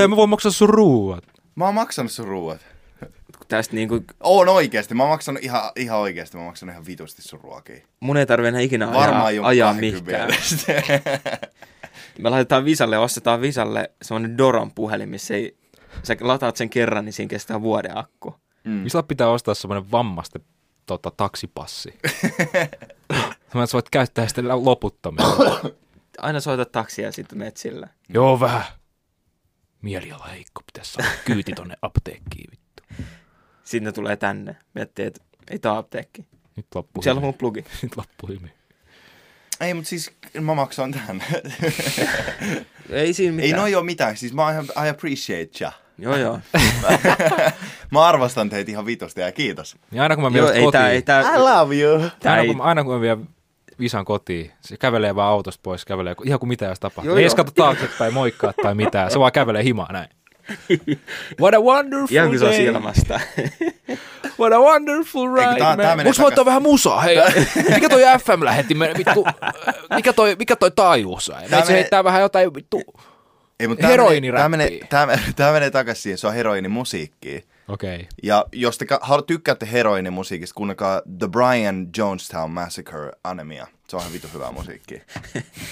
Speaker 5: Ei, mä voin maksaa sun ruuat.
Speaker 4: mä oon maksanut sun ruuat.
Speaker 3: Tästä niinku,
Speaker 4: Oon oikeesti. Mä oon maksanut ihan, ihan oikeesti. Mä oon maksanut ihan vitusti sun ruokia.
Speaker 3: mun ei tarvi enää ikinä ajaa,
Speaker 4: Varmaan jonkun
Speaker 3: ajaa
Speaker 4: 20
Speaker 3: mihinkään.
Speaker 4: edestä.
Speaker 3: Me laitetaan Visalle, ostetaan Visalle semmonen Doron puhelin, missä ei, sä lataat sen kerran, niin siinä kestää vuoden akku.
Speaker 5: Mistä pitää ostaa semmoinen vammasten tota, taksipassi? Mä sä voit käyttää sitä loputtomia.
Speaker 3: Aina soita taksia ja sitten menet sillä.
Speaker 7: Joo, vähän. Mieliala heikko, pitäisi saada kyyti tonne apteekkiin. vittu.
Speaker 3: Sitten ne tulee tänne. Miettii, että ei tää on apteekki.
Speaker 5: Nyt loppuu.
Speaker 3: Siellä on
Speaker 5: hymy.
Speaker 3: mun plugi.
Speaker 5: Nyt loppuu hymy.
Speaker 4: Ei, mut siis mä maksan tän.
Speaker 3: Ei siinä
Speaker 4: Ei
Speaker 3: mitään.
Speaker 4: noi oo mitään. Siis mä ihan- I appreciate ya.
Speaker 3: Joo, joo.
Speaker 4: Mä arvostan teitä ihan vitusti ja kiitos.
Speaker 5: Ja Niin aina kun mä vien
Speaker 3: joo
Speaker 5: kotiin,
Speaker 3: ei tää, ei tää,
Speaker 4: love you.
Speaker 3: tää
Speaker 5: aina,
Speaker 3: ei,
Speaker 5: kun, mä- aina kun mä vien visan kotiin, se kävelee vaan autosta pois, kävelee ku- ihan kuin mitä jos tapahtuu.
Speaker 3: Joo,
Speaker 5: Ei
Speaker 3: joo.
Speaker 5: edes kato taaksepäin, moikkaa tai mitään, se vaan kävelee himaa näin. What a wonderful
Speaker 3: ihan kun se on
Speaker 5: day.
Speaker 3: silmasta.
Speaker 7: What a wonderful
Speaker 4: Eikö
Speaker 7: ride,
Speaker 4: tää- tää
Speaker 7: man.
Speaker 4: menee
Speaker 7: Voinko mä ottaa
Speaker 4: takas-
Speaker 7: vähän musaa? Hei, mikä toi FM lähetti? Me, vittu, äh, mikä toi, mikä toi taajuus? on? Meitsi
Speaker 4: menee-
Speaker 7: heittää vähän jotain
Speaker 4: Ei,
Speaker 7: vittu.
Speaker 4: mut tää menee, tää,
Speaker 7: Heroiniräppiä.
Speaker 4: menee, tää, tää menee takas siihen, se on heroinimusiikkiin.
Speaker 5: Okei. Okay.
Speaker 4: Ja jos te ka- halu- tykkäätte heroinimusiikista, kuunnakaa The Brian Jonestown Massacre Anemia. Se on ihan vitu hyvää musiikkia.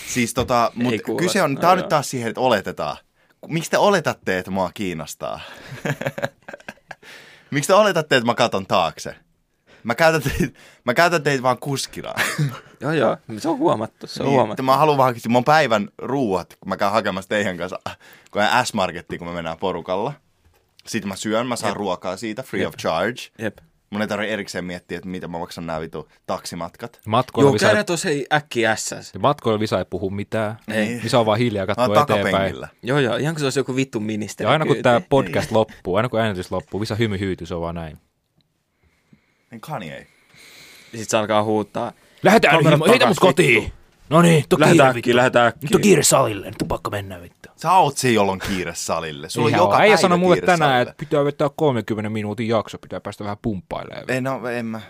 Speaker 4: siis tota, mut
Speaker 3: Ei kuulosta,
Speaker 4: kyse on,
Speaker 3: no
Speaker 4: tää on
Speaker 3: joo.
Speaker 4: nyt taas siihen, että oletetaan. Ku- Miksi te oletatte, että mua kiinnostaa? Miksi te oletatte, että mä katon taakse? Mä käytän teitä, mä käytän teitä vaan kuskina.
Speaker 3: joo, joo. Se on huomattu. Se on
Speaker 4: Niin, että
Speaker 3: huomattu.
Speaker 4: mä haluan vaan hakea mun päivän ruuat, kun mä käyn hakemassa teidän kanssa, kun mä S-Markettiin, kun me mennään porukalla. Sitten mä syön, mä saan ruokaa siitä, free of charge.
Speaker 3: Jep.
Speaker 4: Mun ei tarvitse erikseen miettiä, että mitä mä maksan nämä vitu taksimatkat.
Speaker 5: Matkoilla,
Speaker 3: Joo,
Speaker 5: visa,
Speaker 3: käydä tossa hei äkkiä SS.
Speaker 5: ja matkoilla visa ei puhu mitään.
Speaker 4: Ei.
Speaker 5: Visa on vaan hiljaa ja
Speaker 4: Mä oon
Speaker 5: katsoo eteenpäin.
Speaker 4: takapenkillä.
Speaker 3: Joo, joo. Ihan kun se olisi joku vittu ministeri.
Speaker 5: Ja aina kun
Speaker 3: kyyti.
Speaker 5: tämä podcast loppuu, aina kun äänitys loppuu, visa hymy hyytyy, se on vaan näin.
Speaker 4: Niin Kanye.
Speaker 3: Sit se alkaa huutaa.
Speaker 7: Lähetään
Speaker 3: Kamerat
Speaker 7: himo, heitä
Speaker 3: takas,
Speaker 7: mut kotiin. No niin, nyt on kiire
Speaker 3: Lähetään
Speaker 7: vittu.
Speaker 3: äkkiä, lähetään
Speaker 7: Nyt on
Speaker 3: äkkiä.
Speaker 7: kiire salille, nyt on pakko mennä vittu.
Speaker 4: Sä oot se, jolla on kiire salille. Sulla
Speaker 5: Ihan
Speaker 4: on joka
Speaker 5: vaan. Äijä
Speaker 4: päivä
Speaker 5: sanoi mulle
Speaker 4: kiire
Speaker 5: tänään,
Speaker 4: salille.
Speaker 5: että pitää vetää 30 minuutin jakso, pitää päästä vähän pumppailemaan.
Speaker 4: Ei, no, en mä.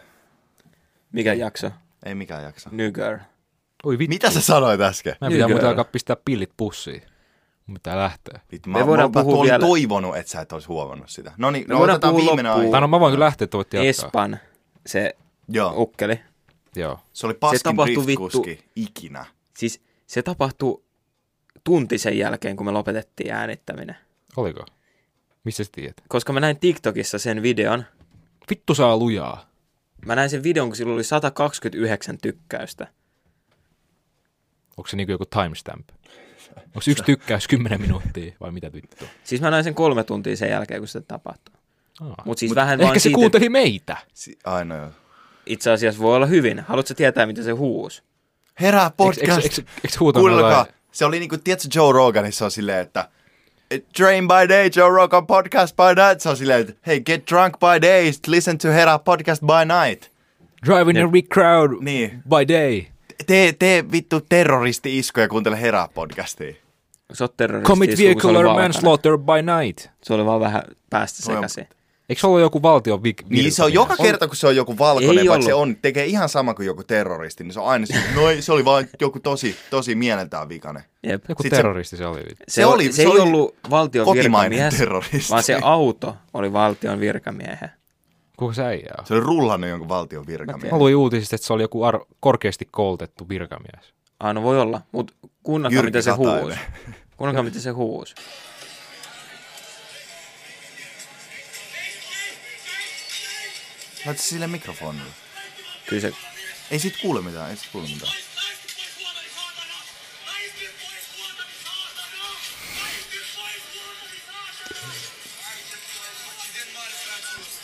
Speaker 3: Mikä
Speaker 5: Niin.
Speaker 3: jakso?
Speaker 4: Ei mikään jaksa.
Speaker 3: New Girl.
Speaker 5: Oi vittu.
Speaker 4: Mitä sä sanoit äsken?
Speaker 5: Mä pitää muuten
Speaker 3: Nykyään.
Speaker 5: alkaa pistää pillit pussiin. Mun pitää lähteä.
Speaker 4: Vittu, mä,
Speaker 3: Me
Speaker 4: mä,
Speaker 3: voidaan
Speaker 4: mä, mä
Speaker 3: puhua
Speaker 4: olin
Speaker 3: vielä-
Speaker 4: toivonut, että sä et olisi huomannut sitä. No niin,
Speaker 3: Me
Speaker 4: no
Speaker 3: voidaan
Speaker 4: otetaan
Speaker 3: puhua
Speaker 4: viimeinen
Speaker 3: loppuun.
Speaker 5: Tai
Speaker 4: aihe.
Speaker 5: no mä voin kyllä lähteä, että voit jatkaa.
Speaker 3: Espan, se
Speaker 5: Oh.
Speaker 4: Joo,
Speaker 3: ukkeli.
Speaker 5: Joo.
Speaker 4: se oli paskin
Speaker 3: tapahtui
Speaker 4: driftkuski ikinä.
Speaker 3: Siis se tapahtui tunti sen jälkeen, kun me lopetettiin äänittäminen.
Speaker 5: Oliko? Missä sä tiedät?
Speaker 3: Koska mä näin TikTokissa sen videon.
Speaker 5: Vittu saa lujaa.
Speaker 3: Mä näin sen videon, kun sillä oli 129 tykkäystä.
Speaker 5: Onko se niinku joku timestamp? Onko yksi tykkäys 10 minuuttia vai mitä vittua?
Speaker 3: Siis mä näin sen kolme tuntia sen jälkeen, kun se tapahtui.
Speaker 5: Aa.
Speaker 3: Mutta siis Mut vähän
Speaker 7: Ehkä
Speaker 3: vaan
Speaker 7: se
Speaker 3: siitä,
Speaker 7: kuunteli meitä.
Speaker 4: Si- aina joo.
Speaker 3: itse asiassa voi olla hyvin. Haluatko sä tietää, mitä se huusi?
Speaker 4: Herää
Speaker 5: Eikö-
Speaker 4: podcast!
Speaker 5: eikö- eikö- Eikö huutanut
Speaker 4: Kuunnelkaa.
Speaker 5: jotain?
Speaker 4: Se oli niinku, tiedätkö Joe Roganissa on silleen, että Train by day, Joe Rogan podcast by night. Se on silleen, että hey, get drunk by day, listen to Herra podcast by night.
Speaker 5: Driving a big crowd
Speaker 4: Niin.
Speaker 5: by day.
Speaker 4: Tee, tee vittu terroristi-iskuja ja kuuntele Herra podcastia.
Speaker 3: Onko se ole terroristi?
Speaker 5: Commit
Speaker 3: isku, kun se oli
Speaker 5: vehicular
Speaker 3: valkana?
Speaker 5: manslaughter by night.
Speaker 3: Se oli vaan vähän päästä
Speaker 4: Voi-
Speaker 3: sekaisin.
Speaker 5: Eikö se ollut joku valtion vik-
Speaker 4: Niin se on
Speaker 5: virkamies?
Speaker 4: joka kerta, kun se on joku valkoinen,
Speaker 3: Ei
Speaker 4: vaikka se
Speaker 3: ollut.
Speaker 4: on, tekee ihan sama kuin joku terroristi, niin se on aina se, no ei, se oli vaan joku tosi, tosi mieleltään vikainen.
Speaker 3: Jep.
Speaker 5: Joku
Speaker 4: Sit se-
Speaker 5: terroristi se oli. vittu.
Speaker 3: Se, oli, se, ei oli ollut valtion
Speaker 4: kotimainen
Speaker 3: virkamies,
Speaker 4: terroristi.
Speaker 3: vaan se auto oli valtion virkamiehen.
Speaker 5: Kuka se äijä on?
Speaker 4: Se oli rullannut jonkun valtion virkamiehen.
Speaker 5: Mä luin uutisista, että se oli joku ar- korkeasti koulutettu virkamies.
Speaker 3: Ah, no voi olla, mutta kuunnakaa
Speaker 4: Jyrki
Speaker 3: mitä se
Speaker 4: Katainen.
Speaker 3: huusi. Kuunnakaa mitä se huusi.
Speaker 4: Laita se sille mikrofonille.
Speaker 3: Kyllä se,
Speaker 4: Ei sit kuule mitään, ei sit kuule mitään.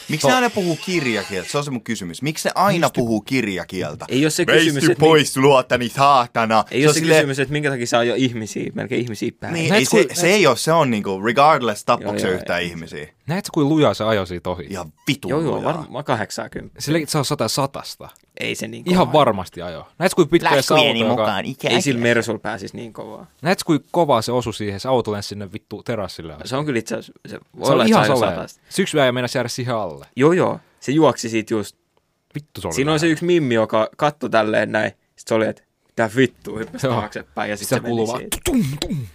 Speaker 4: Miksi ne aina puhuu kirjakieltä? Se on se mun kysymys. Miksi ne aina puhuu kirjakieltä?
Speaker 3: Ei oo se kysymys,
Speaker 4: Veisty
Speaker 3: että mi-
Speaker 4: pois luotani saatana.
Speaker 3: ei ole se kysymys, että minkä takia saa jo ihmisiä, melkein ihmisiä päin.
Speaker 4: Niin,
Speaker 5: Näet
Speaker 4: ei, se,
Speaker 5: kun-
Speaker 4: se ei ole, se on niinku, regardless, tappoiko
Speaker 3: Joo,
Speaker 4: se
Speaker 3: joo,
Speaker 4: yhtään
Speaker 3: ei.
Speaker 4: ihmisiä.
Speaker 5: Näetkö, kuin lujaa se ajoi siitä ohi?
Speaker 4: Ihan vitu
Speaker 3: Joo, joo,
Speaker 4: lujaa.
Speaker 3: varmaan 80.
Speaker 5: Sillä se on sata satasta.
Speaker 3: Ei se niin
Speaker 5: Ihan
Speaker 3: kovaa.
Speaker 5: varmasti ajo. Näetkö, kuin pitkä se auto,
Speaker 6: Laskujeni
Speaker 5: joka...
Speaker 6: mukaan ikä.
Speaker 3: Ei sillä Mersul pääsisi niin kovaa.
Speaker 5: Näetkö, kuin kovaa se osui siihen, se auto lensi sinne vittu terassille. asti.
Speaker 3: Se on kyllä itse asiassa, se voi
Speaker 5: Se
Speaker 3: olla,
Speaker 5: oli
Speaker 3: että
Speaker 5: ihan
Speaker 3: se on
Speaker 5: salaa.
Speaker 3: satasta.
Speaker 5: Syksy äijä meinasi jäädä siihen alle.
Speaker 3: Joo, joo, se juoksi siitä just.
Speaker 5: Vittu se oli.
Speaker 3: Siinä on se yksi mimmi, joka katsoi tälleen näin. Sitten se oli, että mitä vittu, hyppäsi
Speaker 5: Joo.
Speaker 3: taaksepäin ja sitten
Speaker 5: Sitä
Speaker 3: se meni
Speaker 5: kuuluu vaan.
Speaker 3: siitä.
Speaker 5: Tum, tum.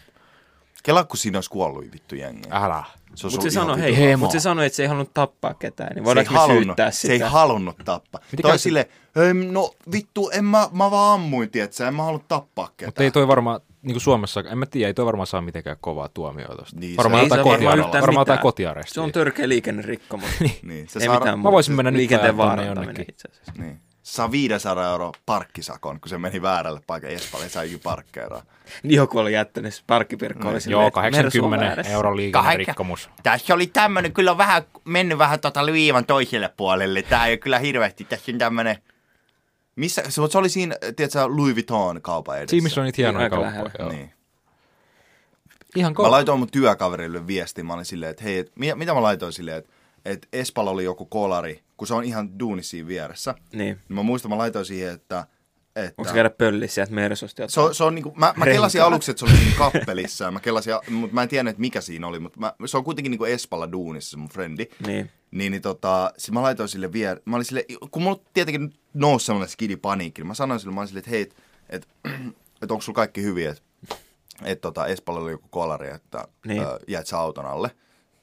Speaker 4: Kela, kun siinä olisi kuollut vittu jengi.
Speaker 5: Älä.
Speaker 4: Se olisi
Speaker 3: Mutta se
Speaker 4: ollut ihan
Speaker 3: sanoi,
Speaker 4: vittu-
Speaker 3: hei, Ah. mut se sanoi, että se ei halunnut tappaa ketään, niin voidaanko me
Speaker 4: halunnut,
Speaker 3: syyttää
Speaker 4: se ei
Speaker 3: sitä?
Speaker 4: halunnut tappaa.
Speaker 5: Miten
Speaker 4: Toi
Speaker 5: käy-
Speaker 4: sille, "Ei, no vittu, en mä, mä vaan ammuin, tietsä, en mä halunnut tappaa ketään.
Speaker 5: Mutta ei toi varmaan, niin kuin Suomessa, en mä tiedä, ei toi varmaan saa mitenkään kovaa tuomioa tosta.
Speaker 4: Niin, se-
Speaker 5: varmaan
Speaker 4: ei se
Speaker 5: jotain
Speaker 4: varmaan
Speaker 5: kotiarestia.
Speaker 4: yhtään
Speaker 5: Varmaan jotain
Speaker 3: Se
Speaker 5: kotiarestia.
Speaker 3: on törkeä liikennerikkomus.
Speaker 4: Niin, se
Speaker 3: ei
Speaker 4: saa-
Speaker 3: mitään
Speaker 4: Mä
Speaker 3: muuta.
Speaker 5: voisin mennä nyt
Speaker 3: Liikenteen
Speaker 5: ajaa tonne
Speaker 3: vaarantaminen
Speaker 5: jonnekin.
Speaker 3: itse asiassa.
Speaker 4: Niin. Saa 500 euroa parkkisakon, kun se meni väärälle paikalle. Espalja sai joku parkkeeraa.
Speaker 3: Niin Joku oli jättänyt, se parkkipirkko oli silleen,
Speaker 5: Niin. Joo,
Speaker 3: että Mersu on
Speaker 5: 80
Speaker 3: väärässä.
Speaker 5: euron liikennerikkomus.
Speaker 6: Tässä oli tämmönen, kyllä on vähän mennyt vähän tota liivan toiselle puolelle. Tää ei ole kyllä hirveästi, tässä on tämmönen...
Speaker 4: Missä, se, mutta se oli siinä, tiedätkö, Louis Vuitton kaupan edessä.
Speaker 5: Siinä missä on niitä hienoja
Speaker 3: Aika
Speaker 5: kauppoja.
Speaker 3: lähellä.
Speaker 5: joo.
Speaker 4: Niin.
Speaker 5: Ihan
Speaker 4: Mä
Speaker 5: kova.
Speaker 4: laitoin mun työkaverille viesti, mä olin silleen, että hei, et, mi- mitä mä laitoin silleen, että et Espalla oli joku kolari, kun se on ihan duuni siinä vieressä.
Speaker 3: Niin.
Speaker 4: Niin mä muistan, mä laitoin siihen, että... että
Speaker 3: Onko se käydä pöllissä sieltä Mersusta? jotain?
Speaker 4: Se on, se on niinku, mä, mä
Speaker 3: Renkaat.
Speaker 4: kelasin aluksi, että se oli siinä kappelissa, ja mä kelasin, mutta mä en tiennyt, että mikä siinä oli, mutta mä, se on kuitenkin niinku Espalla duunissa se mun frendi.
Speaker 3: Niin.
Speaker 4: Niin, niin tota, sit mä laitoin sille vielä, mä olin sille, kun mulla tietenkin nyt nousi sellainen skidipaniikki, niin mä sanoin sille, mä olin sille, että hei, että et, et onko sulla kaikki hyvin, että et, tota, Espalla oli joku kolari, että niin.
Speaker 3: Niin.
Speaker 4: ö, jäät sä auton alle.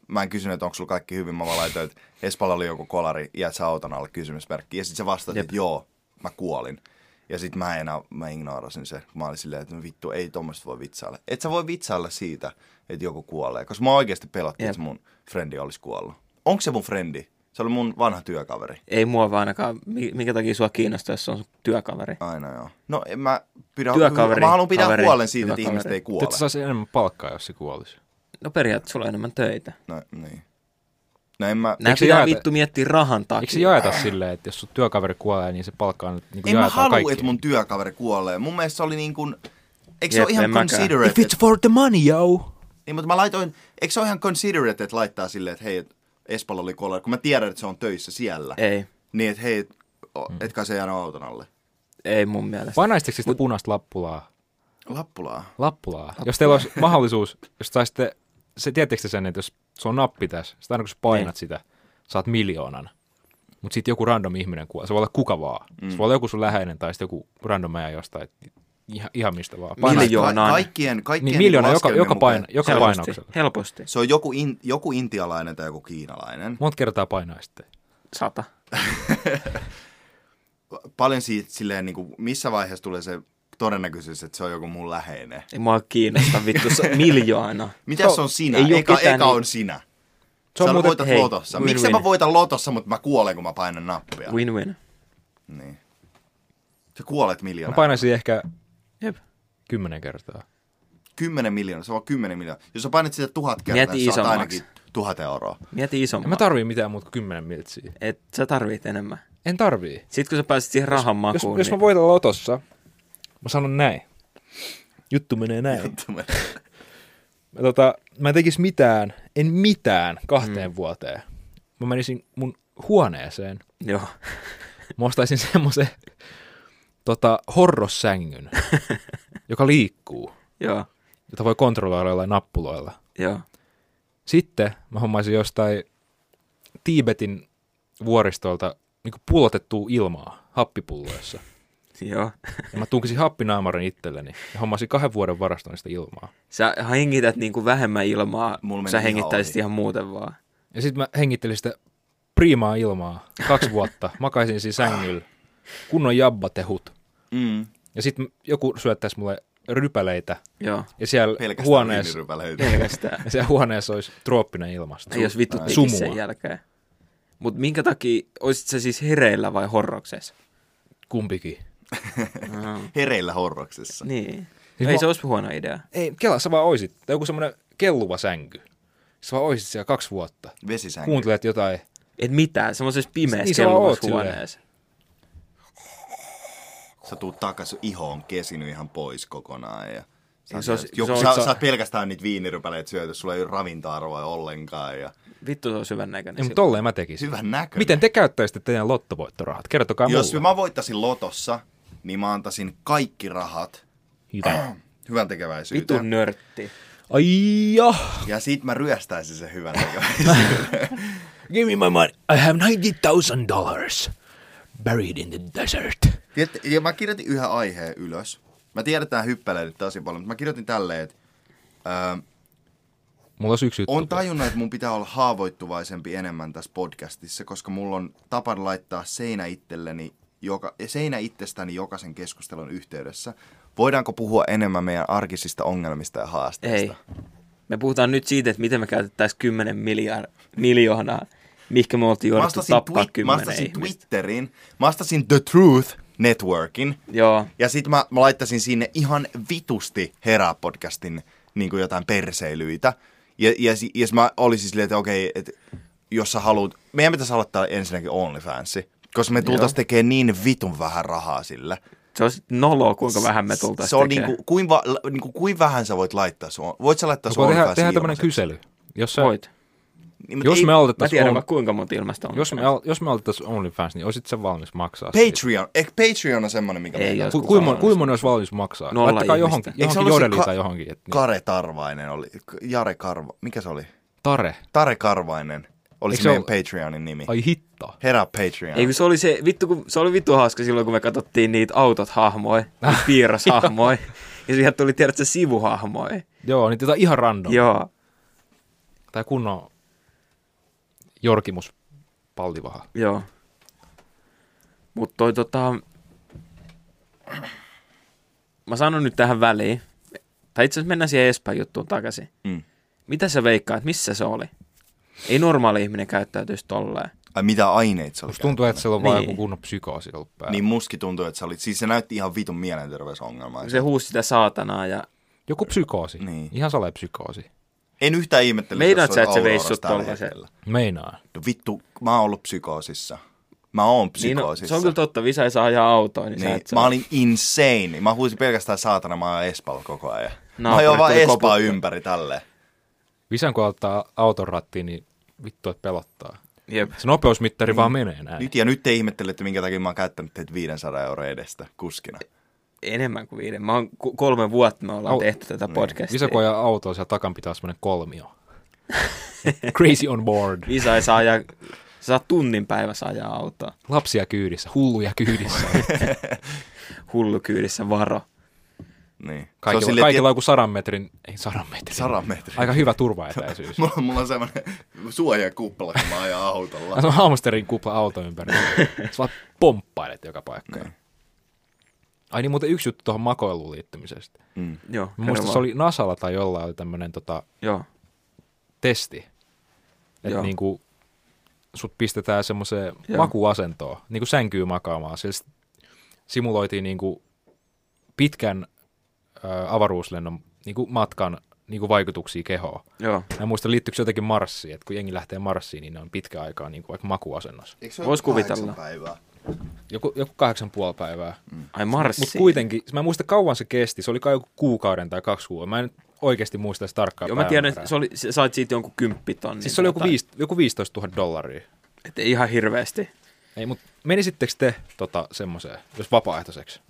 Speaker 4: Mä en kysynyt, että onko sulla kaikki hyvin, mä vaan laitoin, että Espalla oli joku kolari, jäät sä auton alle, kysymysmerkki. Ja sitten se vastasi,
Speaker 3: Jep.
Speaker 4: että joo, mä kuolin. Ja sitten mä enää, mä ignorasin se. Mä olin silleen, että no vittu, ei tuommoista voi vitsailla. Et sä voi vitsailla siitä, että joku kuolee. Koska mä oikeasti pelottiin, että
Speaker 3: Jep.
Speaker 4: mun frendi olisi kuollut. Onko se mun frendi? Se oli mun vanha työkaveri.
Speaker 3: Ei mua vaan ainakaan, Mi- minkä takia sua kiinnostaa, jos se on sun työkaveri.
Speaker 4: Aina joo. No en mä, pidä,
Speaker 3: Työkaveri,
Speaker 4: mä haluan pitää
Speaker 3: kaveri,
Speaker 4: huolen siitä,
Speaker 3: hyvä
Speaker 4: että ihmiset
Speaker 3: kaveri.
Speaker 4: ei kuole.
Speaker 5: Te et saisi enemmän palkkaa, jos se kuolisi.
Speaker 3: No periaatteessa sulla on enemmän töitä.
Speaker 4: No, niin. No en mä...
Speaker 3: Nää
Speaker 5: Eikö se
Speaker 3: pitää
Speaker 5: jaeta-
Speaker 3: vittu miettiä rahan takia.
Speaker 5: Eikö se jaeta silleen, että jos sun työkaveri kuolee, niin se palkka on niin
Speaker 4: En mä
Speaker 5: jaetaan
Speaker 4: halua,
Speaker 5: kaikki?
Speaker 4: että mun työkaveri kuolee. Mun mielestä se oli niin kuin... Eikö se
Speaker 3: Jep,
Speaker 4: ole ihan
Speaker 3: en mäkään.
Speaker 4: considerate? että-
Speaker 5: for the money, yo!
Speaker 4: Niin, mutta mä laitoin... Eikö se ole ihan considerate, että laittaa silleen, että hei, et Espalla oli kolari, kun mä tiedän, että se on töissä siellä.
Speaker 3: Ei,
Speaker 4: Niin, että hei, et, o-
Speaker 5: Mm.
Speaker 4: etkä se jäänyt auton alle.
Speaker 3: ei mun mielestä.
Speaker 5: Panaisteko sitä punaista lappulaa?
Speaker 4: Lappulaa.
Speaker 5: Lappulaa. Jos teillä olisi mahdollisuus, jos saisitte, se, tiedättekö te sen, että jos se on nappi tässä, sitä aina kun sä painat
Speaker 3: Niin.
Speaker 5: sitä, saat miljoonan. Mutta sitten joku random ihminen kuolee. Se voi olla kuka vaan.
Speaker 4: Mm.
Speaker 5: Se voi olla joku sun läheinen tai sitten joku random ajan jostain. Ihan, ihan mistä vaan.
Speaker 3: Miljoona.
Speaker 5: Painat-
Speaker 3: Miljoonaan.
Speaker 4: Niin, Ka- kaikkien, kaikkien
Speaker 5: Niin miljoona
Speaker 4: niinku
Speaker 5: joka,
Speaker 4: laskelmien
Speaker 5: joka,
Speaker 4: mukaan-
Speaker 5: paina, joka
Speaker 3: Helposti.
Speaker 5: painauksella.
Speaker 3: Helposti.
Speaker 4: Se on joku, in, joku intialainen tai joku kiinalainen.
Speaker 5: Monta kertaa painaa sitten.
Speaker 3: Sata.
Speaker 4: Paljon siitä silleen, niin kuin, missä vaiheessa tulee se todennäköisyys, että se on joku mun läheinen.
Speaker 3: Ei mua kiinnosta vittu se- miljoona.
Speaker 4: Mitäs se on sinä?
Speaker 3: ei oo
Speaker 4: Eka,
Speaker 3: ketään
Speaker 4: eka
Speaker 3: niin-
Speaker 4: on sinä.
Speaker 5: Se on
Speaker 4: Sä
Speaker 5: muuten,
Speaker 4: voitat
Speaker 3: hei,
Speaker 4: lotossa.
Speaker 3: win-win.
Speaker 4: Miksi mä voitan lotossa, mutta mä kuolen, kun mä painan nappia?
Speaker 3: Win-win.
Speaker 4: Niin. Sä kuolet
Speaker 5: mä
Speaker 4: miljoonaa.
Speaker 5: painaisin ehkä
Speaker 3: Jep.
Speaker 5: kymmenen kertaa.
Speaker 4: 10 miljoonaa, se on vaan 10 miljoonaa. Jos sä painat sitä tuhat kertaa,
Speaker 3: Mieti
Speaker 4: niin saat
Speaker 3: isommaksi.
Speaker 4: ainakin tuhat euroa.
Speaker 3: Mieti
Speaker 5: En mä
Speaker 3: isomman.
Speaker 5: tarvii mitään muuta kuin 10 miltsiä.
Speaker 3: Et sä tarvit enemmän.
Speaker 5: En tarvii.
Speaker 3: Sitten kun sä pääset siihen rahan
Speaker 5: Jos,
Speaker 3: makuun, niin
Speaker 5: jos mä voitan lotossa, mä sanon näin. Juttu menee näin. Mä, tota, mä en tekis mitään, en mitään kahteen mm. vuoteen. Mä menisin mun huoneeseen.
Speaker 3: niin, joo.
Speaker 5: Mä ostaisin semmoisen tota, horrossängyn, joka liikkuu,
Speaker 3: Joo.
Speaker 5: jota voi kontrolloida jollain nappuloilla.
Speaker 3: Joo.
Speaker 5: Sitten mä hommaisin jostain Tiibetin vuoristolta niin pulotettua ilmaa happipulloissa.
Speaker 3: Joo.
Speaker 5: Ja mä tunkisin happinaamarin itselleni ja hommasin kahden vuoden varastoinnista ilmaa.
Speaker 3: Sä hengität niinku vähemmän ilmaa,
Speaker 4: Mulla
Speaker 3: Mulla
Speaker 4: meni
Speaker 3: sä
Speaker 4: ihan
Speaker 3: hengittäisit
Speaker 4: ohi.
Speaker 3: ihan, muuten vaan.
Speaker 5: Ja sitten mä hengittelin sitä priimaa ilmaa kaksi vuotta. Makaisin siinä sängyllä. Kunnon jabbatehut.
Speaker 4: Mm.
Speaker 5: Ja sitten joku syöttäisi mulle rypäleitä.
Speaker 3: Joo.
Speaker 5: Ja siellä
Speaker 4: Pelkästään
Speaker 5: huoneessa,
Speaker 3: Pelkästään.
Speaker 5: ja siellä huoneessa olisi trooppinen ilmasto.
Speaker 3: Ei jos vittu tekis
Speaker 5: äh, Sumua.
Speaker 3: sen jälkeen. Mut minkä takia, oisit sä siis hereillä vai horroksessa?
Speaker 5: Kumpikin.
Speaker 4: Hereillä horroksessa.
Speaker 3: Niin.
Speaker 5: Siis
Speaker 3: Ei
Speaker 5: mä-
Speaker 3: se olisi huono idea.
Speaker 5: Ei, Kela, sä vaan oisit. Tai joku semmoinen kelluva sänky. Sä vaan oisit siellä kaksi vuotta.
Speaker 4: Vesisänky.
Speaker 5: Kuuntelet jotain.
Speaker 3: Et mitään, semmoisessa pimeässä
Speaker 5: Niin
Speaker 3: niin
Speaker 5: sä vaan oot
Speaker 3: kelluvassa
Speaker 5: silleen.
Speaker 3: huoneessa.
Speaker 4: Sä tuut takas, iho on kesinyt ihan pois kokonaan. Ja sä, oot-
Speaker 3: se ois-
Speaker 4: joku,
Speaker 3: se
Speaker 4: sä,
Speaker 3: ois-
Speaker 4: sä, oot pelkästään niitä viinirypäleitä syöty, sulla ei ole ravinta-arvoa ollenkaan. Ja...
Speaker 3: Vittu se on syvän näköinen.
Speaker 5: Ei, mutta
Speaker 3: silloin.
Speaker 5: tolleen mä tekisin.
Speaker 4: Hyvän näköinen.
Speaker 5: Miten te käyttäisitte teidän lottovoittorahat? Kertokaa
Speaker 4: Jos
Speaker 5: mulle.
Speaker 4: mä voittasin lotossa, niin mä antaisin kaikki rahat
Speaker 5: Hyvä.
Speaker 4: hyvän
Speaker 3: Vittu
Speaker 4: tekeväisyyteen.
Speaker 3: nörtti.
Speaker 5: Ai ja.
Speaker 4: Ja sit mä ryöstäisin sen hyvän tekeväisyyden.
Speaker 5: Give me my money. I have 90,000 dollars buried in the desert.
Speaker 4: Tiedätte, ja mä kirjoitin yhä aiheen ylös. Mä tiedän, että tää hyppäilee nyt tosi paljon, mutta mä kirjoitin tälleen, että öö,
Speaker 5: Mulla olisi yksi juttu.
Speaker 4: on tajunnut, että mun pitää olla haavoittuvaisempi enemmän tässä podcastissa, koska mulla on tapana laittaa seinä itselleni, joka, seinä itsestäni jokaisen keskustelun yhteydessä. Voidaanko puhua enemmän meidän arkisista ongelmista ja
Speaker 3: Ei.
Speaker 4: haasteista?
Speaker 3: Me puhutaan nyt siitä, että miten me käytettäisiin 10 miljar- miljoonaa, mihinkä me oltiin
Speaker 4: Mä
Speaker 3: jouduttu
Speaker 4: vastasin,
Speaker 3: tappaa
Speaker 4: twi- mä
Speaker 3: kymmenen
Speaker 4: vastasin
Speaker 3: ihmistä.
Speaker 4: Twitterin, mä vastasin The Truth Networkin,
Speaker 3: Joo,
Speaker 4: Ja sitten mä, mä laittasin sinne ihan vitusti herää podcastin niin kuin jotain perseilyitä. Ja, ja, si- ja sit mä olisin silleen, että okei, että jos sä haluat, meidän pitäisi aloittaa ensinnäkin OnlyFans, koska me tultaisiin tekemään niin vitun vähän rahaa sillä.
Speaker 3: se on sit noloa, kuinka vähän me tultaisiin
Speaker 4: Se on niin
Speaker 3: tekemään. No
Speaker 4: kuin, kuin, va, niin kuin, kuin vähän sä voit laittaa sun, voit sä laittaa sun
Speaker 5: Voidaan tehdä,
Speaker 4: OnlyFans
Speaker 5: tehdä tämmönen
Speaker 4: ilmaiseksi?
Speaker 5: kysely. Jos, sä,
Speaker 3: Voit.
Speaker 4: Niin, mut
Speaker 5: jos,
Speaker 4: ei-
Speaker 5: me
Speaker 3: Mä
Speaker 5: aloitettaisiin
Speaker 3: tiedän
Speaker 5: on,
Speaker 3: vaikka kuinka monta ilmasta on.
Speaker 5: jos, me, al- jos me aloitettaisiin OnlyFans, niin olisit sä valmis maksaa siitä?
Speaker 4: Patreon, eikö Patreon on semmoinen, mikä
Speaker 3: Ei
Speaker 4: meillä
Speaker 3: jos
Speaker 5: Ku,
Speaker 3: kukaan
Speaker 5: kuinka,
Speaker 3: on.
Speaker 5: moni- kuinka moni olisi valmis maksaa?
Speaker 3: Nolla
Speaker 5: Laittakaa
Speaker 3: ihmistä.
Speaker 5: johonkin,
Speaker 4: Eikö se
Speaker 5: johonkin
Speaker 4: ollut se
Speaker 5: jodeliin
Speaker 4: ka-
Speaker 5: tai johonkin. Et, niin.
Speaker 4: Kare Tarvainen oli, Jare Karva, mikä se oli?
Speaker 5: Tare.
Speaker 4: Tare Karvainen oli
Speaker 5: Eikö
Speaker 4: se
Speaker 5: se
Speaker 4: meidän
Speaker 5: ollut-
Speaker 4: Patreonin nimi.
Speaker 5: Ai hitta.
Speaker 4: Herää Patreon.
Speaker 3: Ei kun se oli se, vittu, kun, se oli vittu hauska silloin, kun me katsottiin niitä autot-hahmoja, niitä piirroshahmoja. ja siihen tuli, tiedätkö, sivuhahmoja.
Speaker 5: Joo, niin tätä ihan
Speaker 4: No.
Speaker 5: random.
Speaker 3: Joo.
Speaker 5: Tää kunnon jorkimus pallivaha.
Speaker 3: Joo. Mutta toi tota... Mä sanon nyt tähän väliin. Tai itse asiassa mennään siihen Espan juttuun takaisin.
Speaker 4: Mm.
Speaker 3: Mitä sä veikkaat, missä se oli? Ei normaali ihminen käyttäytyisi tolleen.
Speaker 4: Ai mitä aineita se oli
Speaker 5: Musta tuntuu, että siellä on vaan
Speaker 3: Niin.
Speaker 5: joku kunnon psykoosi ollut päällä.
Speaker 4: käyttänyt? Niin muski tuntui, että sä olit, siis se näytti ihan vitun mielenterveysongelmaa.
Speaker 3: Se huusi sitä saatanaa ja
Speaker 5: Joku psykoosi.
Speaker 4: Niin.
Speaker 5: Ihan sale psykoosi.
Speaker 4: En yhtään ihmettele,
Speaker 3: Meinaat sä,
Speaker 4: olet
Speaker 3: että se veisi
Speaker 4: Aurorassa
Speaker 3: sut
Speaker 4: tällä
Speaker 3: tollaseen?
Speaker 4: hetkellä.
Speaker 5: Meinaan.
Speaker 4: No vittu, mä oon ollut psykoosissa. Mä oon
Speaker 3: niin no, se
Speaker 4: psykoosissa.
Speaker 3: on kyllä totta, Visa ei saa ajaa autoa, niin, sä
Speaker 4: Niin,
Speaker 3: et saa.
Speaker 4: mä olin insane. Mä huusin pelkästään saatana, mä oon Espalla koko ajan. mä
Speaker 3: Naapurit
Speaker 4: ajoin vaan
Speaker 3: tuli
Speaker 4: Espaa
Speaker 3: koputtaa.
Speaker 4: ympäri tälleen.
Speaker 5: Visan kun ottaa auton rattiin, niin vittu, että pelottaa.
Speaker 3: Jep.
Speaker 5: Se nopeusmittari niin. vaan menee näin.
Speaker 4: Nyt ja nyt te ihmettelette, minkä takia mä oon käyttänyt teitä 500 euroa edestä kuskina.
Speaker 3: Enemmän kuin viiden. Mä oon ku- kolme vuotta me ollaan
Speaker 5: Au- Niin.
Speaker 3: tehty tätä podcastia.
Speaker 5: Visa kun ajaa autoa, siellä takan pitää olla semmoinen kolmio. Crazy on board.
Speaker 3: Visa ei saa ajaa, sä saat tunnin päivässä ajaa autoa.
Speaker 5: Lapsia kyydissä, hulluja kyydissä.
Speaker 3: Hullukyydissä varo.
Speaker 4: Niin.
Speaker 5: Kaikilla,
Speaker 4: silleen,
Speaker 5: kaikilla on joku sadan metrin, ei sadan metrin.
Speaker 4: Sadan metrin.
Speaker 5: Aika hyvä turvaetäisyys.
Speaker 4: Mulla, mulla on semmonen suojakupla, kun mä ajan autolla.
Speaker 5: Mä sanon hamsterin kupla auto ympäri. Sä vaan pomppailet joka paikkaan. Ai niin, muuten yksi juttu tuohon makoiluun liittymisestä.
Speaker 3: Joo,
Speaker 5: Mä
Speaker 3: kerro
Speaker 5: muistan, se
Speaker 3: vaan.
Speaker 5: oli Nasalla tai jollain oli tämmöinen tota,
Speaker 3: Joo.
Speaker 5: testi. Että
Speaker 3: Joo.
Speaker 5: niinku sut pistetään semmoiseen
Speaker 3: Joo.
Speaker 5: makuasentoon, niinku sänkyyn makaamaan. Siis simuloitiin niinku pitkän ö, avaruuslennon niin kuin matkan niin kuin vaikutuksia kehoon.
Speaker 3: Joo.
Speaker 5: Mä en muista, liittyykö se jotenkin marssiin, että kun jengi lähtee marssiin, niin ne on pitkä aikaa niin kuin vaikka makuasennossa.
Speaker 4: Eikö se ole
Speaker 3: Vois
Speaker 4: kahdeksan
Speaker 3: kuvitella.
Speaker 4: Päivää?
Speaker 5: Joku, joku kahdeksan puoli päivää. Mm.
Speaker 3: Ai Marssi.
Speaker 5: Mutta kuitenkin, mä en muista kauan se kesti, se oli kai joku kuukauden tai kaksi kuukauden. Mä en nyt oikeasti muista sitä tarkkaan
Speaker 3: Joo, mä tiedän,
Speaker 5: päivämäärää.
Speaker 3: että se oli, sä sait siitä jonkun kymppitonnin.
Speaker 5: Siis se oli joku,
Speaker 3: tai-
Speaker 5: viis, joku 15 000 dollaria.
Speaker 3: Et ei ihan hirveästi.
Speaker 5: Ei, mutta menisittekö te tota, semmoiseen, jos vapaaehtoiseksi?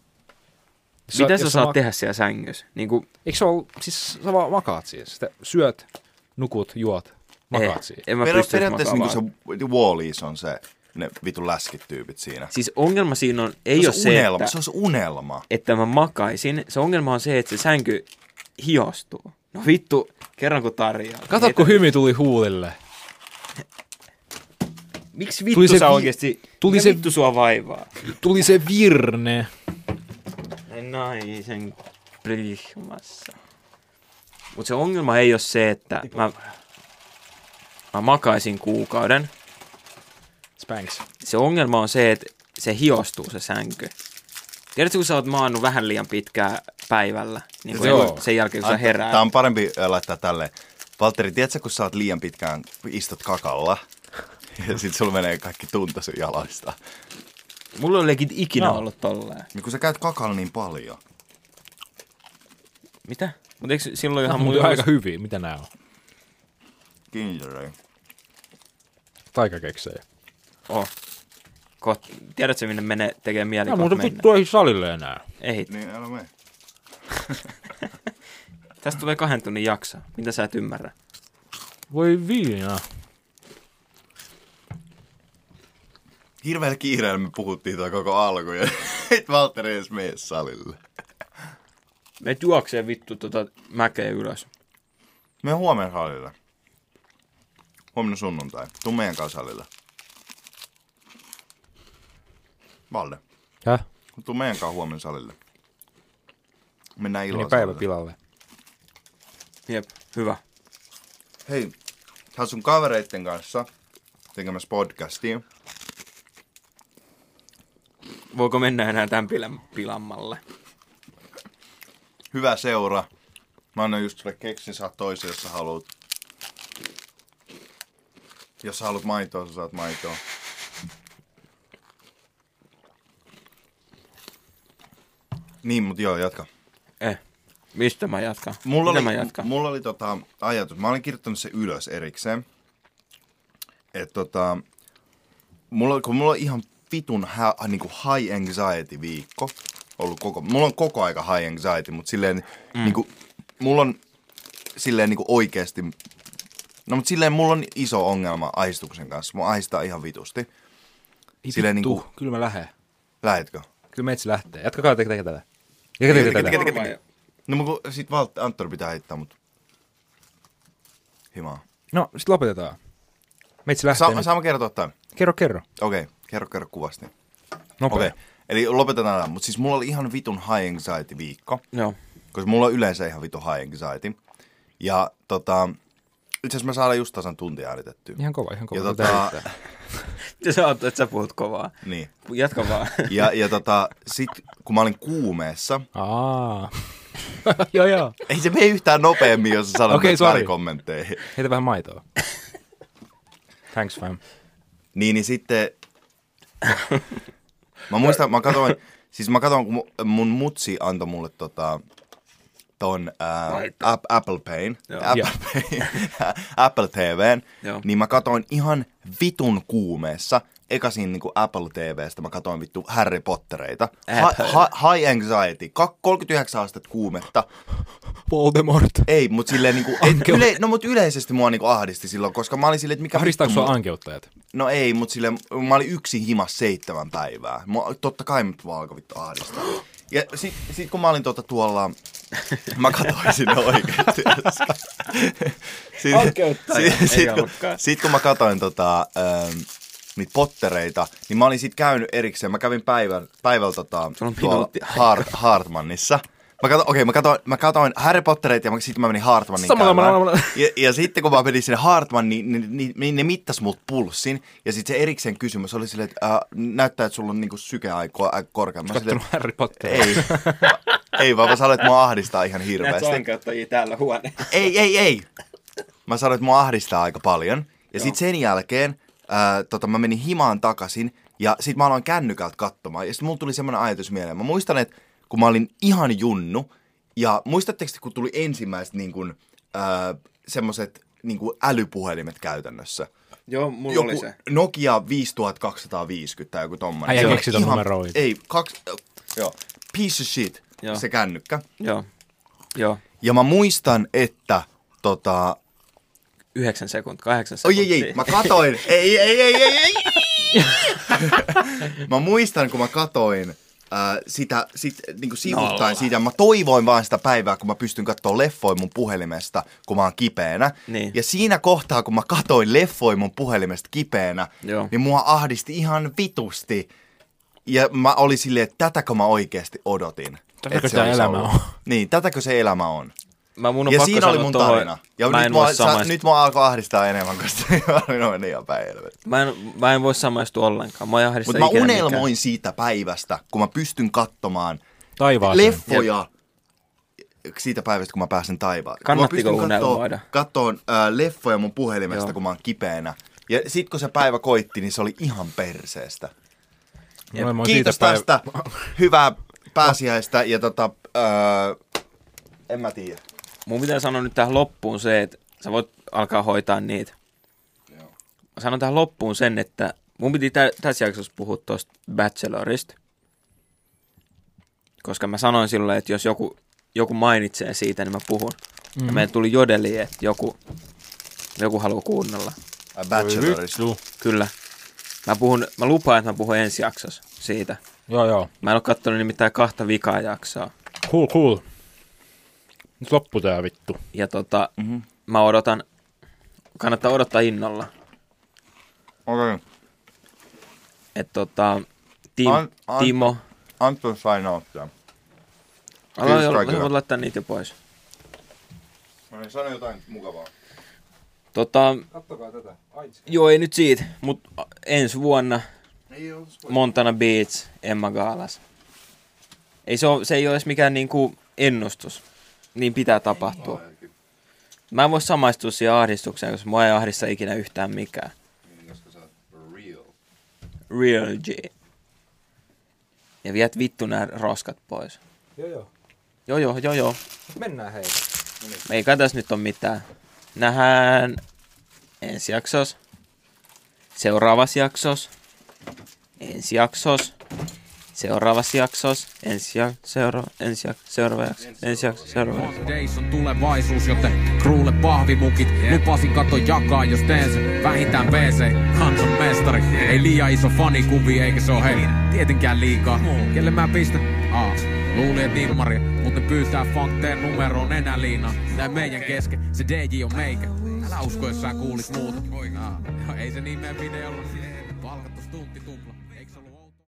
Speaker 5: Jos
Speaker 3: Mitä
Speaker 5: jos
Speaker 3: sä saat
Speaker 5: ma-
Speaker 3: tehdä siellä sängyssä? Niin kuin,
Speaker 5: Eikö se ole, siis sä vaan makaat siihen. Sitä syöt, nukut, juot, makaat siihen.
Speaker 3: en mä
Speaker 4: Peri-
Speaker 3: pysty
Speaker 4: periaatteessa niin se Wallis on se, ne vitun läskit tyypit siinä.
Speaker 3: Siis ongelma siinä on, ei ole
Speaker 4: No se,
Speaker 3: se,
Speaker 4: unelma,
Speaker 3: että,
Speaker 4: se on se unelma.
Speaker 3: että mä makaisin. Se ongelma on se, että se sänky hiostuu. No vittu, kerran kun tarjoaa.
Speaker 5: Kato,
Speaker 3: Niin,
Speaker 5: kun hymy tuli huulille.
Speaker 3: että Miksi vittu
Speaker 5: tuli se
Speaker 3: sä
Speaker 5: vi-
Speaker 3: oikeesti,
Speaker 5: tuli
Speaker 3: tuli
Speaker 5: se-
Speaker 3: se... vittu sua vaivaa?
Speaker 5: Tuli se virne.
Speaker 3: Naisen no prihmassa. Mutta se ongelma ei ole se, että mä, mä makaisin kuukauden.
Speaker 5: Spanks.
Speaker 3: se ongelma on se, että se hiostuu se sänky. Tiedätkö, kun sä oot maannut vähän liian pitkään päivällä, niin kuin
Speaker 5: Joo.
Speaker 3: sen jälkeen, kun sä herää.
Speaker 4: Tämä on parempi ö, laittaa tälle. Valtteri, tiedätkö, kun sä oot liian pitkään, istut kakalla, ja sit sulla menee kaikki tunto sun jaloista.
Speaker 3: Mulla ei legit ikinä no. ollut tolleen.
Speaker 4: Niin kun sä käyt kakalla niin paljon.
Speaker 3: Mitä? Mutta eikö silloin
Speaker 5: Tämä
Speaker 3: ihan
Speaker 5: on muuten
Speaker 3: muuten...
Speaker 5: aika hyviä. Mitä nää on?
Speaker 4: Kinderöi.
Speaker 5: Taikakeksejä.
Speaker 3: Oh. Koht... Tiedätkö, minne menee tekee mieli
Speaker 5: Nää
Speaker 3: no,
Speaker 5: muuten
Speaker 3: mennä?
Speaker 5: vittu ei salille enää.
Speaker 3: Ei.
Speaker 4: Niin, älä mene.
Speaker 3: Tästä tulee kahden tunnin jakso. Mitä sä et ymmärrä?
Speaker 5: Voi viinaa.
Speaker 4: Hirveellä kiireellä me puhuttiin tuo koko alku, ja et Valtteri edes mene salille.
Speaker 3: Me juoksee vittu tota mäkeä ylös.
Speaker 4: Me huomenna salille. Huomenna sunnuntai. Tuu meidän kanssa salille. Valde,
Speaker 5: Häh?
Speaker 4: tuu meidän kanssa huomenna salille. Mennään
Speaker 5: Meni
Speaker 4: illalla
Speaker 5: päivä
Speaker 4: salille.
Speaker 5: pilalle.
Speaker 3: Jep, hyvä.
Speaker 4: Hei, sä oot sun kavereitten kanssa tekemässä podcastia.
Speaker 3: Voiko mennä enää tämän pil- pilammalle?
Speaker 4: Hyvä seura. Mä annan just sulle keksin, saat toisen, jos sä haluat. Jos sä haluat maitoa, sä saat maitoa. Niin, mut joo, jatka.
Speaker 3: Eh. Mistä mä jatkan?
Speaker 4: Mulla
Speaker 3: Mitä
Speaker 4: oli,
Speaker 3: mä jatkan?
Speaker 4: mulla oli tota, ajatus, mä olin kirjoittanut se ylös erikseen, että tota, mulla, kun mulla on ihan vitun hä, niin kuin high anxiety viikko ollut koko, mulla on koko aika high anxiety, mutta silleen, mm. niin kuin, mulla on silleen niin kuin oikeasti, no mutta silleen mulla on iso ongelma ahistuksen kanssa, mua ahistaa ihan vitusti. Silleen
Speaker 5: Vittu,
Speaker 4: niinku-
Speaker 5: Kyllä mä lähden.
Speaker 4: Lähetkö?
Speaker 5: Kyllä metsi lähtee. Jatkakaa tekee tätä. Jatkakaa tekee tätä.
Speaker 4: teke, teke. No mä kun, sit Valt, Anttor pitää heittää mut himaa.
Speaker 5: No, sit lopetetaan. Metsi lähtee.
Speaker 4: Sa-
Speaker 5: nyt.
Speaker 4: saa mä kertoa tämän?
Speaker 5: Kerro, kerro.
Speaker 4: Okei, okay, kerro, kerro kuvasti. Okei,
Speaker 5: Nopea.
Speaker 4: okay. eli lopetetaan tämä. Mutta siis mulla oli ihan vitun high anxiety viikko,
Speaker 3: Joo.
Speaker 4: koska mulla on yleensä ihan vitun high anxiety. Ja tota, itse asiassa me saadaan just tasan tuntia äänitettyä.
Speaker 5: Ihan kova, ihan kova.
Speaker 4: ja
Speaker 5: Tää
Speaker 4: tota,
Speaker 5: riittää.
Speaker 3: Ja sä oot, että sä puhut kovaa.
Speaker 4: niin.
Speaker 3: Jatka vaan.
Speaker 4: Ja, ja tota, sit kun mä olin kuumeessa,
Speaker 5: Aa. joo, joo.
Speaker 4: ei se mene yhtään nopeammin, jos sä sanot
Speaker 5: Okei,
Speaker 4: okay,
Speaker 5: sorry.
Speaker 4: sorry. kommentteja.
Speaker 5: Heitä vähän maitoa. Thanks fam.
Speaker 4: Niin, niin sitten... mä muistan, mä katsoin, siis mä katsoin, kun mu- mun mutsi antoi mulle tota, ton ää, App- Apple Payn,
Speaker 5: Joo.
Speaker 4: Apple, Payn, Apple TVn,
Speaker 3: Joo.
Speaker 4: niin mä katsoin ihan vitun kuumeessa, ekasin niinku Apple TVstä mä katsoin vittu Harry Pottereita.
Speaker 3: Apple.
Speaker 4: Hi, hi, high anxiety, kak- 39 astetta kuumetta,
Speaker 5: Voldemort.
Speaker 4: ei, mutta silleen niinku, et,
Speaker 5: Ankeus.
Speaker 4: yle, no mut yleisesti mua niinku ahdisti silloin, koska mä olin silleen, että mikä
Speaker 5: Ahdistaako
Speaker 4: vittu
Speaker 5: sua
Speaker 4: mua-
Speaker 5: ankeuttajat?
Speaker 4: No ei, mutta sille mä olin yksin himas seitsemän päivää. Mua, totta kai mut vaan alkoi vittu ahdistaa. Ja sit, sit kun mä olin tuota tuolla, mä katsoin sinne oikeesti äsken. Sit,
Speaker 3: Oikeuttaja, ei
Speaker 4: sit, kun,
Speaker 3: ollutkaan.
Speaker 4: sit kun mä katsoin tota, ähm, niitä pottereita, niin mä olin sit käynyt erikseen. Mä kävin päivän, päivällä tota,
Speaker 3: Sulla on
Speaker 4: tuolla
Speaker 3: minuutti aikaa.
Speaker 4: Hart, Hartmannissa. Mä katsoin, okei, mä katsoin, mä katsoin Harry Potterit ja mä, sitten mä menin Hartmanin
Speaker 5: Samalla mä-
Speaker 4: käymään.
Speaker 5: mä- mä-
Speaker 4: ja, ja, sitten kun mä menin sinne Hartman, niin, niin, niin, niin ne mittas mut pulssin. Ja sitten se erikseen kysymys oli silleen, että äh, näyttää, että sulla on niinku sykeaikoa aika korkea. Mä silleen,
Speaker 5: Kattonut Harry Potteria.
Speaker 4: ei, ei vaan mä sanoin, että mua ahdistaa ihan hirveästi.
Speaker 3: sankauttajia täällä huone.
Speaker 4: Ei, ei, ei. Mä sanoin, että mua ahdistaa aika paljon. Ja sitten sen jälkeen ää, tota, mä menin himaan takaisin ja sitten mä aloin kännykältä katsomaan. Ja sitten mulla tuli semmoinen ajatus mieleen. Mä muistan, että kun mä olin ihan junnu ja muistatteko te, kun tuli ensimmäiset niin kun, ää, semmoset niin kun älypuhelimet käytännössä?
Speaker 3: Joo, mulla
Speaker 4: Joku Nokia 5250 tai joku tommonen.
Speaker 5: Äijä
Speaker 4: Se oli
Speaker 5: keksi ton
Speaker 4: ihan-
Speaker 5: numeroita.
Speaker 4: Ei, kaksi, joo, piece of shit
Speaker 3: Joo.
Speaker 4: se kännykkä.
Speaker 3: Joo. Joo.
Speaker 4: Ja mä muistan, että tota,
Speaker 3: Yhdeksän sekuntia, kahdeksan
Speaker 4: Oi
Speaker 3: sekuntia.
Speaker 4: ei, ei, mä katoin. ei, ei, ei, ei, ei. mä muistan, kun mä katoin ää, sitä, sit, niin kuin sivuttaen no. siitä. Mä toivoin vaan sitä päivää, kun mä pystyn katsoa leffoja mun puhelimesta, kun mä oon kipeänä.
Speaker 3: Niin.
Speaker 4: Ja siinä kohtaa, kun mä katoin leffoja mun puhelimesta kipeänä,
Speaker 3: Joo.
Speaker 4: niin mua ahdisti ihan vitusti. Ja mä olin silleen, että tätäkö mä oikeasti odotin.
Speaker 5: Tätäkö
Speaker 4: että se
Speaker 5: tää
Speaker 4: olisi
Speaker 5: elämä
Speaker 4: ollut.
Speaker 5: on?
Speaker 4: Niin, tätäkö se elämä on?
Speaker 3: Mä mun on
Speaker 4: ja
Speaker 3: pakko
Speaker 4: siinä oli
Speaker 3: sanoa
Speaker 4: mun
Speaker 3: tohon-
Speaker 4: tarina. Ja
Speaker 3: mä
Speaker 4: nyt
Speaker 3: en voi
Speaker 4: mua, sä,
Speaker 3: samaistua.
Speaker 4: nyt mua alkoi ahdistaa enemmän, koska se tarina meni ihan päin helvettiin.
Speaker 3: Mä en, mä en voi samaistua ollenkaan. Mä en ahdista
Speaker 4: Mutta mä
Speaker 3: ikinä
Speaker 4: unelmoin
Speaker 3: mikään.
Speaker 4: siitä päivästä, kun mä pystyn katsomaan
Speaker 5: Taivaaseen.
Speaker 4: leffoja siitä päivästä, kun mä pääsen taivaan.
Speaker 3: Kannattiko
Speaker 4: kun mä
Speaker 3: unelmoida?
Speaker 4: katsoon ää, leffoja mun puhelimesta,
Speaker 3: Joo.
Speaker 4: kun mä oon kipeänä. Ja sit kun se päivä koitti, niin se oli ihan perseestä.
Speaker 5: Mä olen
Speaker 4: Kiitos
Speaker 5: siitä päivä-
Speaker 4: tästä. Hyvää pääsiäistä ja tota, ää, en mä tiedä.
Speaker 3: Mun pitää sanoa nyt tähän loppuun se, että sä voit alkaa hoitaa niitä. Mä sanon tähän loppuun sen, että mun piti tä- tässä jaksossa puhua tuosta Bachelorista. Koska mä sanoin silloin, että jos joku, joku mainitsee siitä, niin mä puhun. Mm. Ja meillä tuli jodeli, että joku, joku haluaa kuunnella.
Speaker 4: Ää, Bachelorista.
Speaker 5: Vittu.
Speaker 3: Kyllä. Mä, puhun, mä lupaan, että mä puhun ensi jaksossa siitä.
Speaker 5: Joo, joo.
Speaker 3: Mä en ole kattonut nimittäin kahta vikaa jaksoa.
Speaker 5: Cool, cool. Nyt loppu tää vittu.
Speaker 3: Ja tota, mm-hmm. mä odotan, kannattaa odottaa innolla.
Speaker 4: Okei. Okay.
Speaker 3: Että tota, Tim,
Speaker 4: An- an-
Speaker 3: Timo,
Speaker 4: Anton sign out them.
Speaker 3: aloin
Speaker 4: Kiitos
Speaker 3: jo,
Speaker 4: kaikille.
Speaker 3: mä voin laittaa niitä jo pois.
Speaker 4: No niin, sano jotain mukavaa.
Speaker 3: Tota, Kattokaa tätä. Joo, ei nyt siitä, mutta ensi vuonna Montana Beach, Emma Gaalas. Ei se, ole, se ei ole edes mikään niinku ennustus. Niin pitää tapahtua. Mä en voi samaistua siihen ahdistukseen, koska mua ei ahdista ikinä yhtään mikään. Niin, real. Real G. Ja viet vittu nämä roskat pois. Joo joo. Joo joo, joo joo. Mennään hei. Eikä tässä nyt ole mitään. Nähdään ensi jaksos. Seuraavassa jaksos. Ensi jaksos. Seuraavassa jaksos. Ensi jak... Seura... Ensi jak... Seuraava jakso. Ensi jakso. Seuraava jakso.
Speaker 1: Fuck days on tulevaisuus, joten kruulle pahvimukit. Lupasin kato jakaa, jos teen sen. Vähintään BC, kansan mestari. Ei liian iso fanikuvi, eikä se oo hei. Tietenkään liikaa. Kelle mä pistän? Aa. Luulin, et Ilmari, mut ne pyytää fakteen numeroon enäliina. Tää meidän kesken, se DJ on meikä. Älä No, usko, jos sä kuulit muuta. Aa. Ei se nimeä videolla. niin Palkattu stunti tupla.